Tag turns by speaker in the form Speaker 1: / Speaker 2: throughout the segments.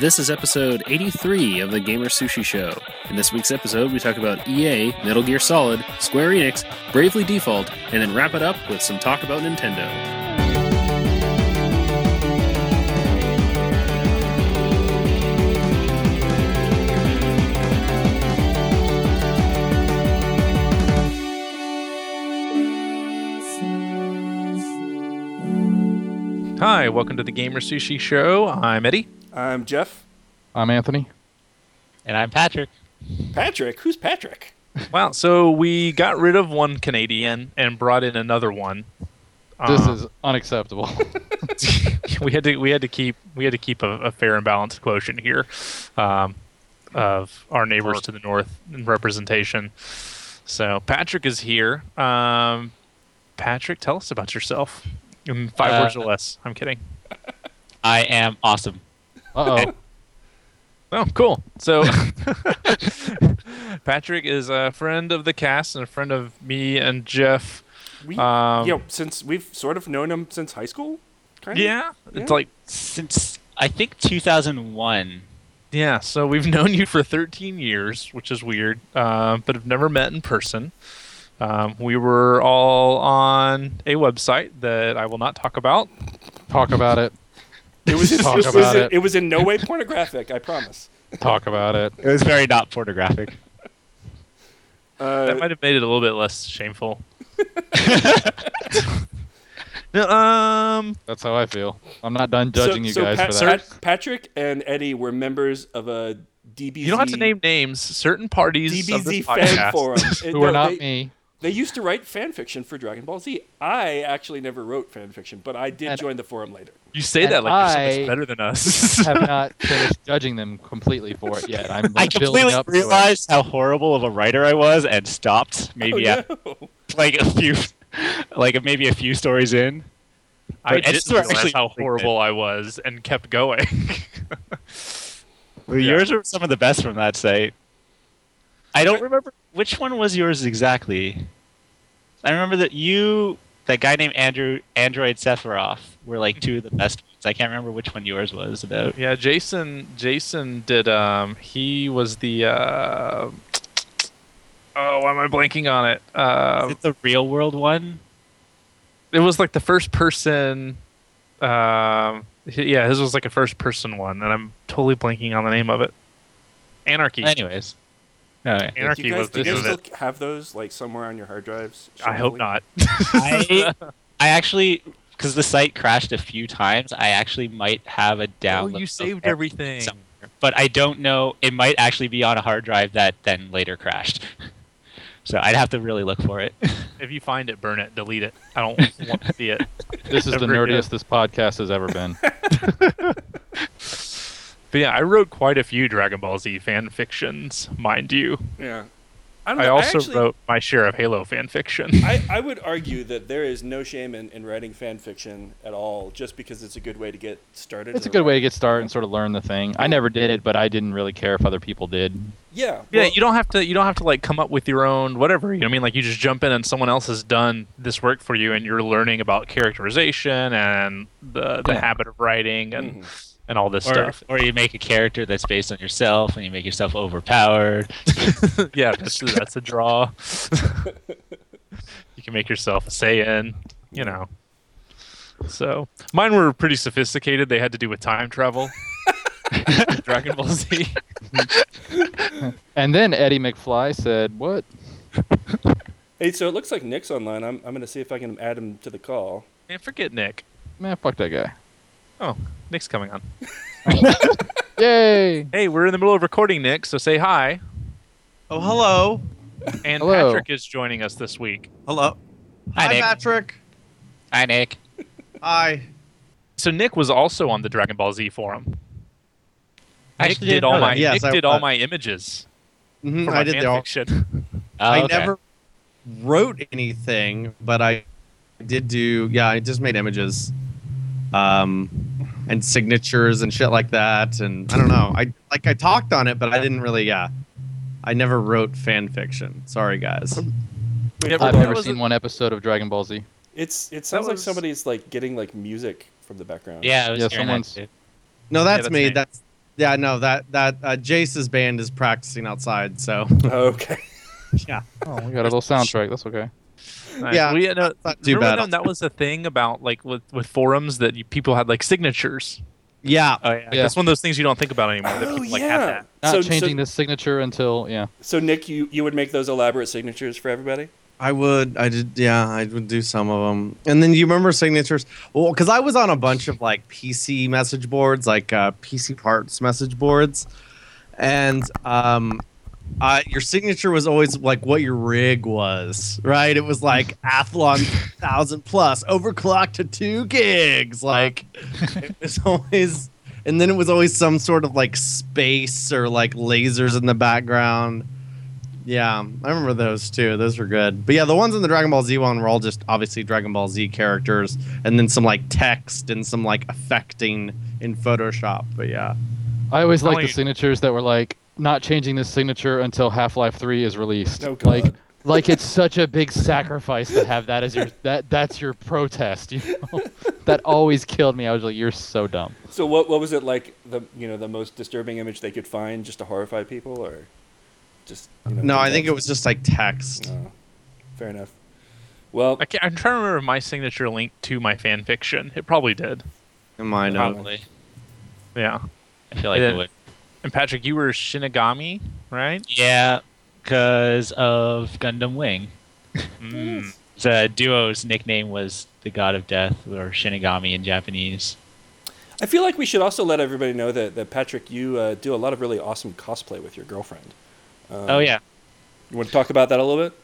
Speaker 1: This is episode 83 of the Gamer Sushi Show. In this week's episode, we talk about EA, Metal Gear Solid, Square Enix, Bravely Default, and then wrap it up with some talk about Nintendo.
Speaker 2: Hi, welcome to the Gamer Sushi Show. I'm Eddie.
Speaker 3: I'm Um, Jeff.
Speaker 4: I'm Anthony.
Speaker 5: And I'm Patrick.
Speaker 3: Patrick? Who's Patrick?
Speaker 2: Wow, so we got rid of one Canadian and brought in another one.
Speaker 4: This
Speaker 3: Ah.
Speaker 4: is unacceptable.
Speaker 2: is we had to we had to keep we had to keep a, a fair and balanced quotient here um, of our neighbors to the north in representation. So Patrick is here. Um, Patrick, tell us about yourself in five
Speaker 5: Uh,
Speaker 2: words or less. I'm kidding.
Speaker 5: I am awesome.
Speaker 4: Uh oh.
Speaker 2: Oh, cool. So, Patrick is a friend of the cast and a friend of me and Jeff.
Speaker 3: We,
Speaker 2: Um,
Speaker 3: you know, since we've sort of known him since high school, kind of.
Speaker 2: Yeah, it's
Speaker 3: Yeah.
Speaker 2: like
Speaker 5: Since I think 2001.
Speaker 2: yeah. So we've known you for 13 years, which is weird, uh, but have never met in person. Um, we were all on a website that I will not talk about.
Speaker 4: Talk about it.
Speaker 3: It was,
Speaker 4: Talk
Speaker 3: it, was
Speaker 4: about
Speaker 3: in,
Speaker 4: it.
Speaker 3: it was in no way pornographic, I promise.
Speaker 4: Talk about it.
Speaker 5: It was very not pornographic.
Speaker 3: Uh,
Speaker 2: That might have made it a little bit less shameful. no, um,
Speaker 4: That's how I feel. I'm not done judging you guys
Speaker 3: Pat-
Speaker 4: for that.
Speaker 3: Pat- Patrick and Eddie were members of a DBZ.
Speaker 2: you don't have to name names. Certain parties of this
Speaker 3: DBZ fan
Speaker 2: podcast.
Speaker 3: forum. And
Speaker 4: Who
Speaker 3: no,
Speaker 4: are not
Speaker 3: they,
Speaker 4: me.
Speaker 3: They used to write fan fiction for Dragon Ball Z. I actually never wrote fan fiction, but I did
Speaker 4: And-
Speaker 3: join the forum later.
Speaker 2: You say
Speaker 4: And
Speaker 2: that like you're so
Speaker 4: I-
Speaker 2: much better than us.
Speaker 4: Have not finished judging them completely for it yet. I'm
Speaker 5: I
Speaker 4: like, building
Speaker 5: completely
Speaker 4: up. to it.
Speaker 5: realized how horrible of a writer I was and stopped maybe
Speaker 3: oh,
Speaker 5: at
Speaker 3: no.
Speaker 5: like a few like maybe a few stories in.
Speaker 2: I
Speaker 5: But
Speaker 2: didn't
Speaker 5: it's actually
Speaker 2: realize how
Speaker 5: pretty good.
Speaker 2: horrible I was and kept going.
Speaker 5: Well,
Speaker 2: Yeah.
Speaker 5: Yours were some of the best from that site. I don't remember which one was yours exactly. I remember that you, that guy named Andrew Android Sephiroth, were like two of the best ones. I can't remember which one yours was about.
Speaker 2: yeah, Jason. Jason did. Um, he was the. Uh, oh, why am I blanking on it?
Speaker 5: Is
Speaker 4: Um,
Speaker 2: Uh,
Speaker 5: it the real world one?
Speaker 2: it was like the first person. Um, h- yeah, his was like a first person one, and I'm totally blanking on the name of it. Anarchy.
Speaker 5: Anyways. Oh, yeah.
Speaker 3: Do
Speaker 2: Anarchy
Speaker 3: you guys,
Speaker 2: was
Speaker 3: do you
Speaker 2: this
Speaker 3: guys
Speaker 2: was
Speaker 3: still
Speaker 2: it.
Speaker 3: have those like somewhere on your hard drives?
Speaker 2: I hope
Speaker 3: Surely.
Speaker 2: not.
Speaker 5: I, I actually, because the site crashed a few times, I actually might have a download.
Speaker 2: oh, you
Speaker 5: of
Speaker 2: saved
Speaker 5: every-
Speaker 2: everything.
Speaker 5: somewhere. But I don't know. It might actually be on a hard drive that then later crashed. So I'd have to really look for it.
Speaker 2: If you find it, burn it, delete it. I don't want to see it.
Speaker 4: This is the
Speaker 2: Never did.
Speaker 4: nerdiest this podcast has ever been.
Speaker 2: But yeah, I wrote quite a few Dragon Ball Z fan fictions, mind you.
Speaker 3: Yeah. I, don't
Speaker 2: I
Speaker 3: know.
Speaker 2: also
Speaker 3: actually-
Speaker 2: wrote my share of Halo fan fiction.
Speaker 3: I, I would argue that there is no shame in, in writing fan fiction at all, just because it's a good way to get started.
Speaker 4: It's
Speaker 3: as
Speaker 4: a good way to get started and sort of learn the thing. I never did it, but I didn't really care if other people did.
Speaker 3: Yeah.
Speaker 2: yeah,
Speaker 3: well,
Speaker 2: you don't have to. You don't have to like come up with your own whatever. You know what I mean? Like you just jump in and someone else has done this work for you, and you're learning about characterization and the the
Speaker 4: Yeah.
Speaker 2: habit of writing and and all this
Speaker 5: or,
Speaker 2: stuff.
Speaker 5: or you make a character that's based on yourself and you make yourself overpowered.
Speaker 2: yeah, that's that's a draw. you can make yourself a Saiyan. You know. So mine were pretty sophisticated. They had to do with time travel. Dragon Ball Z.
Speaker 4: And then Eddie McFly said, "What?
Speaker 3: Hey, so it looks like Nick's online. I'm, I'm going to see if I can add him to the call.
Speaker 2: Man, forget Nick.
Speaker 4: Man, fuck that guy."
Speaker 2: Oh, Nick's coming on.
Speaker 4: Yay!
Speaker 2: Hey, we're in the middle of recording, Nick, so say hi.
Speaker 6: Oh, hello.
Speaker 2: And
Speaker 4: Hello.
Speaker 2: Patrick is joining us this week.
Speaker 6: Hello.
Speaker 5: Hi, Nick.
Speaker 6: Patrick.
Speaker 5: Hi, Nick.
Speaker 6: Hi.
Speaker 2: So Nick was also on the Dragon Ball Z forum.
Speaker 5: I
Speaker 2: Nick
Speaker 5: actually
Speaker 2: did
Speaker 5: didn't
Speaker 2: all
Speaker 6: know
Speaker 2: my
Speaker 6: that. Yes,
Speaker 2: Nick
Speaker 6: I-
Speaker 2: did all
Speaker 6: uh,
Speaker 2: my images.
Speaker 6: Mhm,
Speaker 2: For
Speaker 6: I
Speaker 2: my
Speaker 6: did
Speaker 2: fan
Speaker 6: the all.
Speaker 2: fiction.
Speaker 5: Oh,
Speaker 6: I
Speaker 5: okay.
Speaker 6: never wrote anything, but I did do. Yeah, I just made images, um, and signatures and shit like that. And I don't know. I like I talked on it, but I didn't really. Yeah, I never wrote fan fiction. Sorry, guys.
Speaker 3: Wait,
Speaker 2: Yeah,
Speaker 3: hold
Speaker 4: I've
Speaker 3: on.
Speaker 2: that
Speaker 4: never
Speaker 2: was a-
Speaker 4: seen one episode of Dragon Ball Z.
Speaker 3: It's it sounds like
Speaker 2: was-
Speaker 3: somebody's like getting like music from the background.
Speaker 5: Yeah, I was
Speaker 4: Yeah,
Speaker 5: hearing that
Speaker 4: someone's-
Speaker 5: too.
Speaker 6: No, that's
Speaker 2: that's
Speaker 6: me.
Speaker 2: me.
Speaker 6: That's yeah, no, that that uh, Jace's band is practicing outside, so
Speaker 3: Okay.
Speaker 6: yeah,
Speaker 4: Oh, we got a little soundtrack. That's okay.
Speaker 2: Nice.
Speaker 6: Yeah,
Speaker 2: we, no,
Speaker 6: not too
Speaker 2: remember
Speaker 6: bad.
Speaker 2: when that was the thing about like with, with forums that you, people had like signatures.
Speaker 6: yeah.
Speaker 2: Oh yeah.
Speaker 4: Yeah.
Speaker 2: it's one of those things you don't think about anymore. That
Speaker 3: Oh
Speaker 2: people like have
Speaker 3: yeah.
Speaker 2: that.
Speaker 4: Not
Speaker 3: so,
Speaker 4: changing
Speaker 3: so,
Speaker 4: this signature until yeah.
Speaker 3: so Nick, you, you would make those elaborate signatures for everybody.
Speaker 6: I would. I did. Yeah, I would do some of them. And then you remember signatures? Well, because I was on a bunch of like PC message boards, like uh, PC parts message boards, and um, I, your signature was always like what your rig was, right? It was like Athlon thousand plus, overclocked to two gigs. Like it was always, and then it was always some sort of like space or like lasers in the background. Yeah, I remember those too. Those were good. But yeah, the ones in the Dragon Ball Z one were all just obviously Dragon Ball Z characters, and then some like text and some like affecting in Photoshop. But yeah,
Speaker 4: I always like the
Speaker 2: Telling-
Speaker 4: signatures that were like not changing this signature until Half Life Three is released.
Speaker 3: Oh, God.
Speaker 4: Like, like it's such a big sacrifice to have that as your that that's your protest. You know, that always killed me. I was like, you're so dumb.
Speaker 3: So what what was it like? The you know the most disturbing image they could find just to horrify people, or just you know,
Speaker 6: no, I
Speaker 3: context?
Speaker 6: think it was just like text.
Speaker 3: No. fair enough. Well,
Speaker 2: I can't, I'm trying to remember if my signature linked to my fan fiction. It probably did.
Speaker 6: Am I no?
Speaker 5: Probably.
Speaker 2: Yeah.
Speaker 5: I feel like
Speaker 2: Yeah.
Speaker 5: it would.
Speaker 2: And Patrick, you were Shinigami, right?
Speaker 5: Yeah, because of Gundam Wing.
Speaker 2: Mm.
Speaker 5: The duo's nickname was the God of Death or Shinigami in Japanese.
Speaker 3: I feel like we should also let everybody know that, that Patrick, you uh, do a lot of really awesome cosplay with your girlfriend. Um,
Speaker 5: oh yeah.
Speaker 3: You want to talk about that a little bit?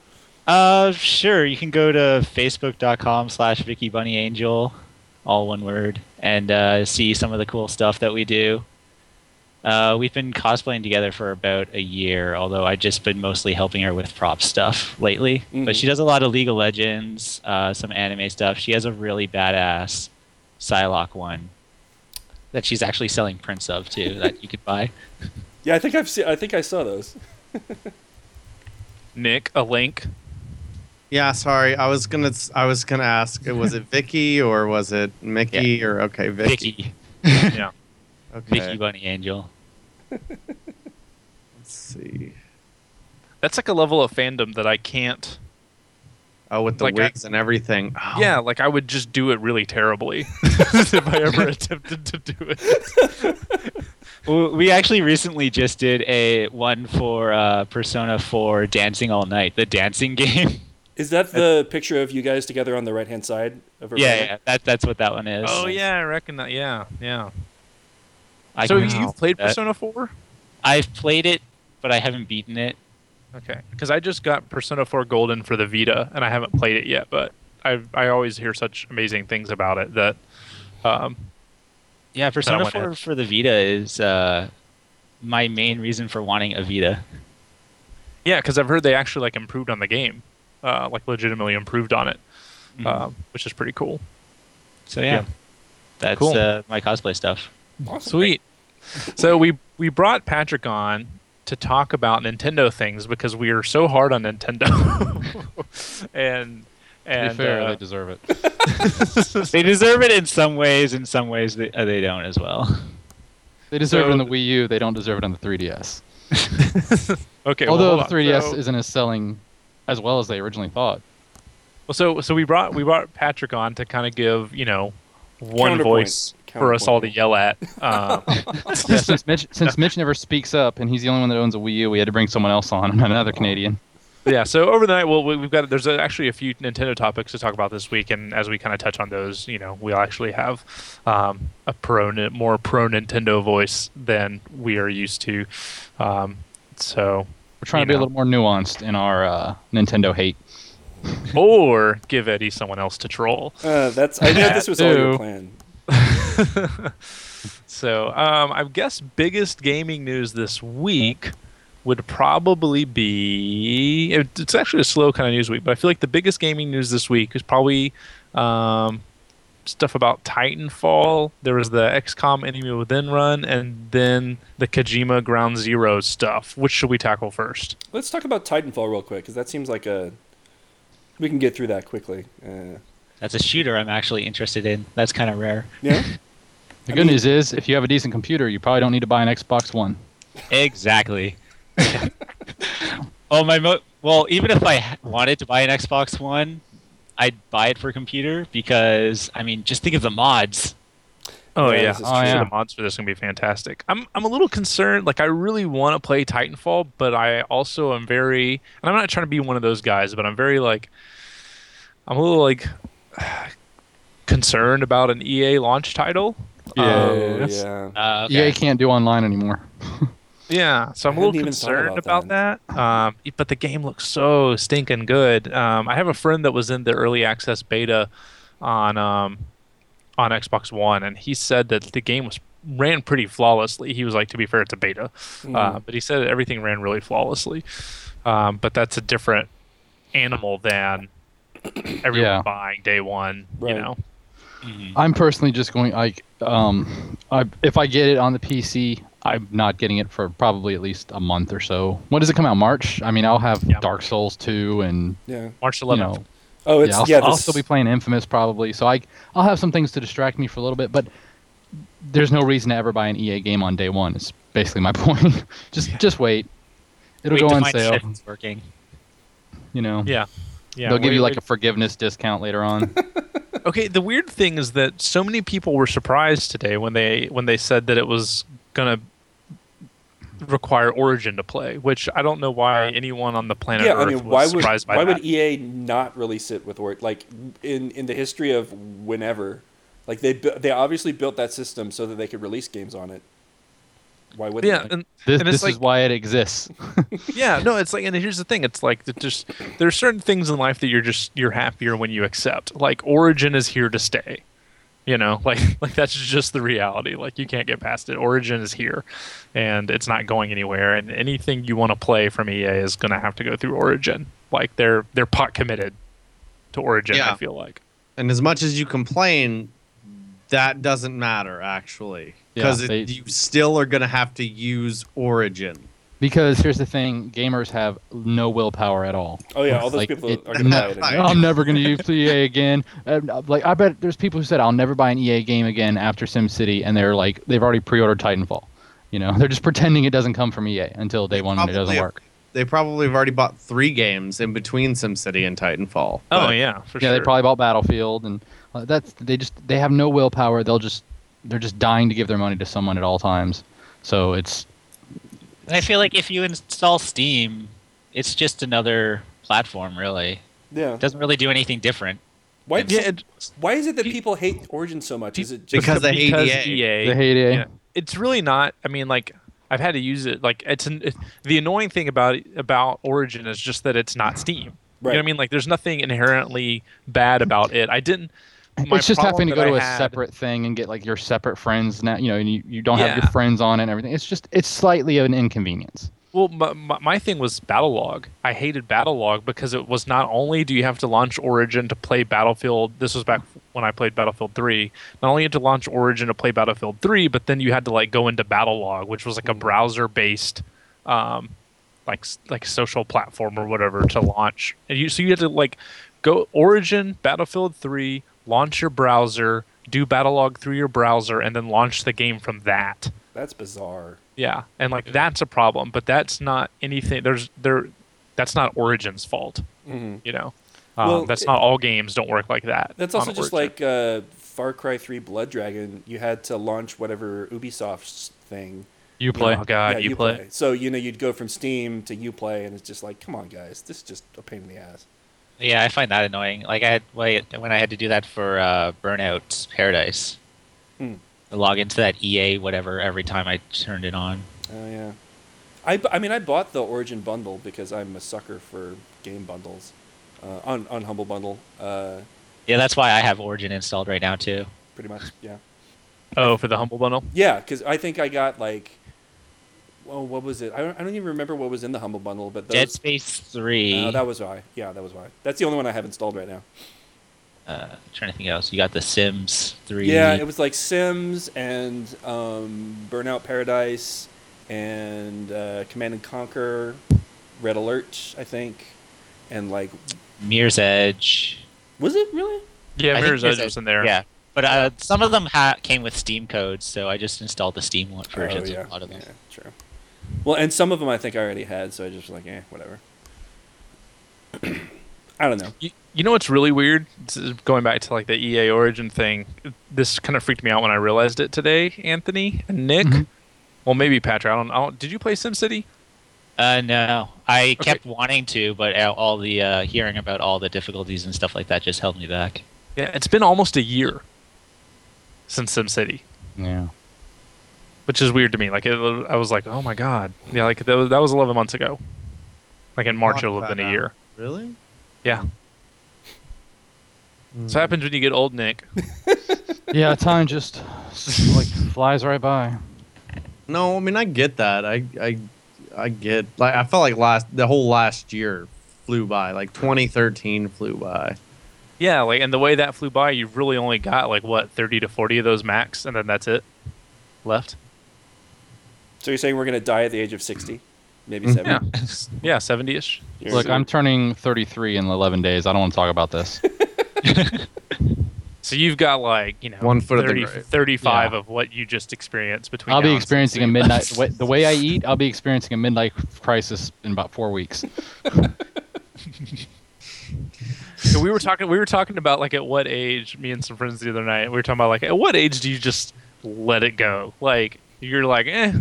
Speaker 5: Uh, sure. You can go to facebook.com slash Vicky Bunny Angel, all one word, and uh, see some of the cool stuff that we do. Uh, we've been cosplaying together for about a year, although I've just been mostly helping her with prop stuff lately.
Speaker 3: Mhm.
Speaker 6: Mm-hmm.
Speaker 5: But she does a lot of League of Legends, uh, some anime stuff. She has a really badass Psylocke one that she's actually selling prints of too that you could buy.
Speaker 3: Yeah, I think I've seen. I think I saw those.
Speaker 2: Nick, a link.
Speaker 6: Yeah, sorry. I was gonna. s- I was gonna ask. Was it Vicky or was it Mickey or okay Vicky?
Speaker 5: Vicky,
Speaker 2: yeah.
Speaker 6: Okay.
Speaker 5: Vicky Bunny Angel.
Speaker 6: Let's see.
Speaker 2: That's like a level of fandom that I can't.
Speaker 6: Oh, with the
Speaker 2: Like I-
Speaker 6: wigs and everything. Oh,
Speaker 2: Yeah, like I would just do it really terribly if I ever attempted to do it.
Speaker 5: Well, We actually recently just did a one for uh, Persona 4 Dancing All Night, the dancing game.
Speaker 3: Is that the picture of you guys together on the right hand side of her?
Speaker 5: yeah,
Speaker 3: body?
Speaker 5: yeah, that, that's what that one is.
Speaker 2: Oh yeah, I reckon that. Yeah, yeah.
Speaker 5: I
Speaker 2: so
Speaker 5: can-
Speaker 2: you have played
Speaker 5: that-
Speaker 2: Persona Four?
Speaker 5: I've played it, but I haven't beaten it.
Speaker 2: Okay, because I just got Persona Four Golden for the Vita, and I haven't played it yet, but I I always hear such amazing things about it that. Um,
Speaker 5: Yeah, Persona
Speaker 2: one
Speaker 5: 4
Speaker 2: is.
Speaker 5: for the Vita is uh, my main reason for wanting a Vita.
Speaker 2: yeah, because I've heard they actually like improved on the game, uh, like legitimately improved on it, um, which is pretty cool.
Speaker 5: Mm-hmm. So yeah,
Speaker 2: Yeah.
Speaker 5: that's
Speaker 2: Cool.
Speaker 5: uh, my cosplay stuff.
Speaker 2: Sweet. So we we brought Patrick on to talk about Nintendo things because we are so hard on Nintendo. and
Speaker 4: To
Speaker 2: and
Speaker 4: be fair,
Speaker 2: uh,
Speaker 4: they deserve it.
Speaker 5: they deserve it in some ways, in some ways they, uh, they don't as well.
Speaker 4: They deserve it on
Speaker 2: so-
Speaker 4: the Wii U. They don't deserve it on the 3DS.
Speaker 2: okay, well,
Speaker 4: Although
Speaker 2: hold
Speaker 4: the
Speaker 2: on.
Speaker 4: 3DS
Speaker 2: So-
Speaker 4: isn't as selling as well as they originally thought.
Speaker 2: Well, so so we brought we brought Patrick on to kind of give you know one
Speaker 3: Counterpoint.
Speaker 2: voice for us all to
Speaker 3: Counterpoint.
Speaker 2: yell at. Um,
Speaker 4: Yeah, since Mitch since Mitch never speaks up and he's the only one that owns a Wii U, we had to bring someone else on, another Canadian.
Speaker 2: yeah. So over the night, well, we- we've got there's uh, actually a few Nintendo topics to talk about this week, and as we kind of touch on those, you know, we'll actually have um, a pro Ni- more pro Nintendo voice than we are used to. Um, so,
Speaker 4: We're trying
Speaker 2: You
Speaker 4: to be
Speaker 2: know.
Speaker 4: a little more nuanced in our uh, Nintendo hate.
Speaker 2: or give Eddie someone else to troll.
Speaker 3: Uh, that's. I know this was all your
Speaker 4: Ew.
Speaker 3: plan.
Speaker 2: So, um, I guess biggest gaming news this week would probably be. it- It's actually a slow kind of news week, but I feel like the biggest gaming news this week is probably um, stuff about Titanfall. There was the XCOM Enemy Within run, and then the Kojima Ground Zero stuff. Which should we tackle first?
Speaker 3: Let's talk about Titanfall real quick because that seems like a. We can get through that quickly. Uh,
Speaker 5: That's a shooter I'm actually interested in. That's kind of rare.
Speaker 3: yeah.
Speaker 4: The good news is, if you have a decent computer, you probably don't need to buy an Xbox One.
Speaker 5: Exactly. oh my! Mo- well, even if I ha- wanted to buy an Xbox One, I'd buy it for computer because I mean, just think of the mods.
Speaker 2: Oh
Speaker 3: Yeah,
Speaker 2: yeah,
Speaker 3: this is
Speaker 4: Oh, true. yeah.
Speaker 2: the mods for this are gonna be fantastic. I'm I'm a little concerned. Like I really want to play Titanfall, but I also am very, and I'm not trying to be one of those guys, but I'm very like, I'm a little like concerned about an EA launch title.
Speaker 3: Oh,
Speaker 2: that's-
Speaker 3: yeah.
Speaker 5: Uh,
Speaker 4: Yeah,
Speaker 5: okay.
Speaker 4: you can't do online anymore.
Speaker 2: Yeah, so I'm
Speaker 3: I
Speaker 2: a little
Speaker 3: hadn't even thought
Speaker 2: concerned
Speaker 3: about
Speaker 2: about, that. Um, but the game looks so stinking good. Um, I have a friend that was in the early access beta on um, on Xbox One, and he said that the game was ran pretty flawlessly. He was like, to be fair, it's a beta,
Speaker 4: Mm.
Speaker 3: Mm,
Speaker 2: uh, but he said that everything ran really flawlessly. Um, but that's a different animal than everyone
Speaker 4: Yeah.
Speaker 2: buying day one.
Speaker 3: Right.
Speaker 2: You know, Mm.
Speaker 4: I'm personally just going like, um, I, if I get it on the PC, I'm not getting it for probably at least a month or so. When does it come out? March? I mean, I'll have
Speaker 2: Yeah.
Speaker 4: Dark Souls 2 and
Speaker 3: Yeah.
Speaker 2: March
Speaker 4: you
Speaker 2: 11th.
Speaker 4: know,
Speaker 3: Oh, it's
Speaker 4: yeah, I'll,
Speaker 3: yeah.
Speaker 4: I'll
Speaker 3: this-
Speaker 4: still be playing Infamous probably. So I, I'll have some things to distract me for a little bit, but there's no reason to ever buy an EA game on day one. It's basically my point. just, just wait. It'll
Speaker 5: Wait
Speaker 4: go
Speaker 5: to
Speaker 4: on
Speaker 5: find
Speaker 4: sale.
Speaker 5: shit that's working.
Speaker 4: You know.
Speaker 2: Yeah. Yeah,
Speaker 4: They'll give
Speaker 2: wait-
Speaker 4: you
Speaker 2: wait-
Speaker 4: like a forgiveness discount later on.
Speaker 2: Okay, the weird thing is that so many people were surprised today when they when they said that it was gonna require Origin to play, which I don't know why anyone on the planet
Speaker 3: yeah, I
Speaker 2: Earth was
Speaker 3: mean, why would
Speaker 2: surprised by
Speaker 3: why
Speaker 2: that.
Speaker 3: would E EA not release it with Origin? Like in in the history of whenever, like they bu- they obviously built that system so that they could release games on it. Why wouldn't?
Speaker 2: yeah,
Speaker 3: they?
Speaker 2: and,
Speaker 4: This,
Speaker 2: and it's
Speaker 4: this
Speaker 2: like,
Speaker 4: is why it exists.
Speaker 2: yeah, no, it's like, and here's the thing, it's like that just there are certain things in life that you're just you're happier when you accept. Like Origin is here to stay. You know, like like that's just the reality. Like you can't get past it. Origin is here, and it's not going anywhere. And anything you want to play from EA is going to have to go through Origin. Like they're they're pot committed to Origin.
Speaker 6: Yeah.
Speaker 2: I feel like.
Speaker 6: And as much as you complain, that doesn't matter actually, because
Speaker 4: Yeah, they-
Speaker 6: you still are going to have to use Origin.
Speaker 4: Because here's the thing, gamers have no willpower at all.
Speaker 3: oh yeah, all those
Speaker 4: like,
Speaker 3: people
Speaker 4: it-
Speaker 3: are gonna buy
Speaker 6: no,
Speaker 3: it.
Speaker 6: I-
Speaker 3: anyway.
Speaker 4: I'm never going to use EA again. And, uh, like I bet there's people who said I'll never buy an EA game again after SimCity, and they're like they've already pre-ordered Titanfall. You know, they're just pretending it doesn't come from EA until day one and it doesn't
Speaker 6: Probably-
Speaker 4: work.
Speaker 6: They probably have already bought three games in between SimCity and Titanfall.
Speaker 2: Oh
Speaker 6: but-
Speaker 2: yeah, for
Speaker 4: Yeah,
Speaker 2: sure.
Speaker 4: they probably bought Battlefield, and uh, that's they just they have no willpower. They'll just they're just dying to give their money to someone at all times. So it's
Speaker 5: And I feel like if you install Steam, it's just another platform. Really,
Speaker 3: yeah.
Speaker 5: it doesn't really do anything different.
Speaker 3: Why,
Speaker 2: Yeah, it-
Speaker 3: why is it that people hate Origin so much? Is it just
Speaker 6: Because they hate
Speaker 2: because
Speaker 6: EA.
Speaker 4: they hate EA.
Speaker 2: Yeah. It's really not. I mean, like I've had to use it. Like it's an, it, the annoying thing about about Origin is just that it's not Steam. You know what I
Speaker 3: Right.
Speaker 2: mean? Like there's nothing inherently bad about it. I didn't. my
Speaker 4: it's just
Speaker 2: problem
Speaker 4: having to
Speaker 2: that
Speaker 4: go to
Speaker 2: I
Speaker 4: a
Speaker 2: had-
Speaker 4: separate thing and get like your separate friends now. You know, and you, you don't have your
Speaker 2: Yeah.
Speaker 4: friends on it and everything. It's just it's slightly an inconvenience.
Speaker 2: Well, my, my, my thing was Battlelog. I hated Battlelog because it was not only do you have to launch Origin to play Battlefield. This was back when I played Battlefield 3. Not only you had to launch Origin to play Battlefield 3, but then you had to like go into Battlelog, which was like a browser-based, um, like s- like social platform or whatever to launch. And you so you had to like go Origin, Battlefield 3, launch your browser, do Battlelog through your browser, and then launch the game from that.
Speaker 3: that's bizarre?
Speaker 2: Yeah, and like that's a problem, but that's not anything. There's there, that's not Origin's fault.
Speaker 3: Mhm.
Speaker 2: You know, um,
Speaker 3: Well,
Speaker 2: that's
Speaker 3: it-
Speaker 2: not all games don't work like that.
Speaker 3: That's
Speaker 2: on
Speaker 3: also just
Speaker 2: Origin.
Speaker 3: like uh, Far Cry Three Blood Dragon. You had to launch whatever Ubisoft's thing.
Speaker 2: you play. Oh god,
Speaker 3: Yeah,
Speaker 2: you, play.
Speaker 3: So you know you'd go from Steam to UPlay, and it's just like, come on, guys, this is just a pain in the ass.
Speaker 5: Yeah, I find that annoying. Like I had like, when I had to do that for uh, Burnout Paradise,
Speaker 3: Hmm.
Speaker 5: I log into that EA whatever every time I turned it on.
Speaker 3: Oh yeah. I, bu- I mean I bought the Origin bundle because I'm a sucker for game bundles, uh, on on Humble Bundle, uh,
Speaker 5: Yeah, that's why I have Origin installed right now too.
Speaker 3: pretty much. Yeah.
Speaker 2: Oh, for the humble bundle.
Speaker 3: Yeah, because I think I got like, well, what was it? I don't, I don't even remember what was in the Humble Bundle, but those,
Speaker 5: Dead Space Three.
Speaker 3: Oh, that was why. Yeah, that was why. That's the only one I have installed right now.
Speaker 5: uh, trying to think else. You got The Sims Three.
Speaker 3: Yeah, it was like Sims and um, Burnout Paradise and uh, Command and Conquer, Red Alert, I think, and like,
Speaker 5: Mirror's Edge.
Speaker 3: was it really?
Speaker 2: Yeah,
Speaker 5: I think
Speaker 2: Mirror's Edge
Speaker 5: Mirror's
Speaker 2: was in there.
Speaker 5: Yeah, But uh, some of them ha- came with Steam codes, so I just installed the Steam one-
Speaker 3: Oh,
Speaker 5: versions
Speaker 3: yeah.
Speaker 5: of a lot of them.
Speaker 3: yeah, true. Well, and some of them I think I already had, so I just was like, eh, whatever. I don't know.
Speaker 2: You, you know what's really weird? This is Going back to like the EA Origin thing, this kind of freaked me out when I realized it today. Anthony and Nick,
Speaker 4: Mhm.
Speaker 2: well, maybe Patrick. I don't, I don't. Did you play SimCity?
Speaker 5: Uh, no, I kept wanting to, but uh, all the uh, hearing about all the difficulties and stuff like that just held me back.
Speaker 2: Yeah, it's been almost a year since SimCity,
Speaker 4: Yeah.
Speaker 2: which is weird to me. Like, it, I was like, oh my god, yeah, like that was, that was 11 months ago. Like in March, it'll have been a year.
Speaker 6: Really?
Speaker 2: Yeah.
Speaker 6: Mm.
Speaker 2: So it happens when you get old, Nick.
Speaker 4: Yeah, time just like flies right by.
Speaker 6: No, I mean I get that. I I I get like I felt like last the whole last year flew by. Like 2013 flew by.
Speaker 2: Yeah, like and the way that flew by, you've really only got like what 30 to 40 of those max, and then that's it left.
Speaker 3: So you're saying we're gonna die at the age of sixty, maybe
Speaker 6: Mm.
Speaker 2: Yeah,
Speaker 3: seventy?
Speaker 2: yeah, 70ish.
Speaker 3: You're-
Speaker 4: Look, I'm turning 33 in 11 days. I don't want to talk about this.
Speaker 2: So you've got like you know
Speaker 6: One foot at the
Speaker 2: 30,
Speaker 6: grave.
Speaker 2: 35 of what you just experienced between.
Speaker 4: I'll be
Speaker 2: now and
Speaker 4: experiencing a
Speaker 2: 60.
Speaker 4: midnight. the way- The way I eat, I'll be experiencing a midnight crisis in about four weeks.
Speaker 2: So we were talking. We were talking about like at what age. Me and some friends the other night. We were talking about like at what age do you just let it go? Like you're like eh,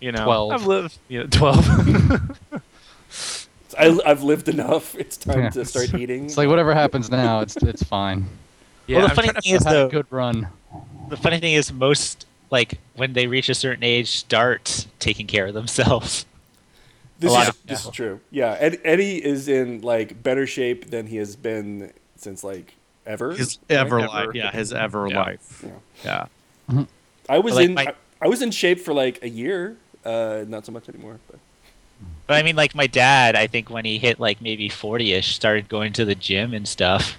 Speaker 2: you know,
Speaker 4: 12.
Speaker 2: I've lived you know, twelve.
Speaker 3: I, I've lived enough. It's time
Speaker 4: Yeah.
Speaker 3: to start eating.
Speaker 4: It's like whatever happens now, it's it's fine.
Speaker 2: yeah,
Speaker 5: well, the
Speaker 2: I'm
Speaker 5: funny
Speaker 2: trying to-
Speaker 5: thing is
Speaker 4: I've had a
Speaker 5: though,
Speaker 4: good run.
Speaker 5: the funny thing is most like when they reach a certain age, start taking care of themselves.
Speaker 3: this
Speaker 5: lot
Speaker 3: is
Speaker 5: of-
Speaker 3: this is true. Yeah, Ed, Eddie is in like better shape than he has been since like ever.
Speaker 6: His ever
Speaker 2: Ever.
Speaker 6: life. Yeah, his ever
Speaker 2: Yeah.
Speaker 6: life.
Speaker 3: Yeah.
Speaker 6: Yeah.
Speaker 3: Mm-hmm. I was
Speaker 5: Like
Speaker 3: in
Speaker 5: my-
Speaker 3: I, I was in shape for like a year. Uh, not so much anymore. But
Speaker 5: But I mean, like my dad, I think when he hit like maybe forty-ish, started going to the gym and stuff.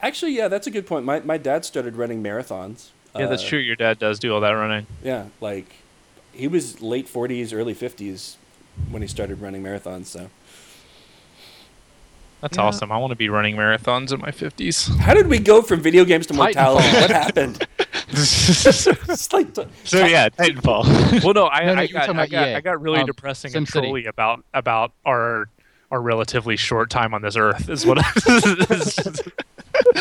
Speaker 3: actually, yeah, that's a good point. My my dad started running marathons.
Speaker 2: yeah, that's
Speaker 3: Uh,
Speaker 2: true. Your dad does do all that running.
Speaker 3: Yeah, like he was late forties, early fifties when he started running marathons. So
Speaker 2: That's
Speaker 6: Yeah.
Speaker 2: awesome. I want to be running marathons in my fifties.
Speaker 3: how did we go from video games to mortality?
Speaker 4: Titanfall.
Speaker 3: what happened?
Speaker 2: so
Speaker 3: It's like t-
Speaker 5: yeah, Titanfall.
Speaker 2: Well, no, I,
Speaker 4: No, no,
Speaker 2: I,
Speaker 4: you were
Speaker 2: got,
Speaker 4: talking
Speaker 2: I,
Speaker 4: about
Speaker 2: got,
Speaker 4: EA.
Speaker 2: I got really
Speaker 4: Um,
Speaker 2: depressing
Speaker 4: Sim
Speaker 2: and
Speaker 4: City.
Speaker 2: trolly about about our our relatively short time on this earth is what.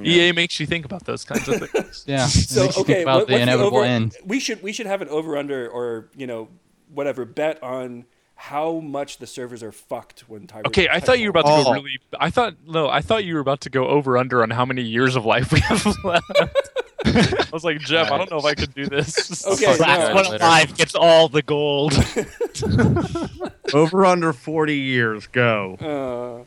Speaker 2: EA E makes you think about those kinds of things.
Speaker 4: Yeah. it
Speaker 3: so
Speaker 4: makes you
Speaker 3: okay,
Speaker 4: think about
Speaker 3: what-
Speaker 4: the
Speaker 3: what's
Speaker 4: inevitable
Speaker 3: over,
Speaker 4: end.
Speaker 3: We should we should have an over under or you know whatever bet on how much the servers are fucked when Tiger.
Speaker 2: Okay, I thought you were about to go
Speaker 6: Oh.
Speaker 2: really. I thought no, I thought you were about to go over under on how many years of life we have left. I was like, Jeff, I don't know if I could do this.
Speaker 3: Okay,
Speaker 5: Last
Speaker 3: no.
Speaker 5: one alive gets all the gold.
Speaker 6: Over under 40 years go.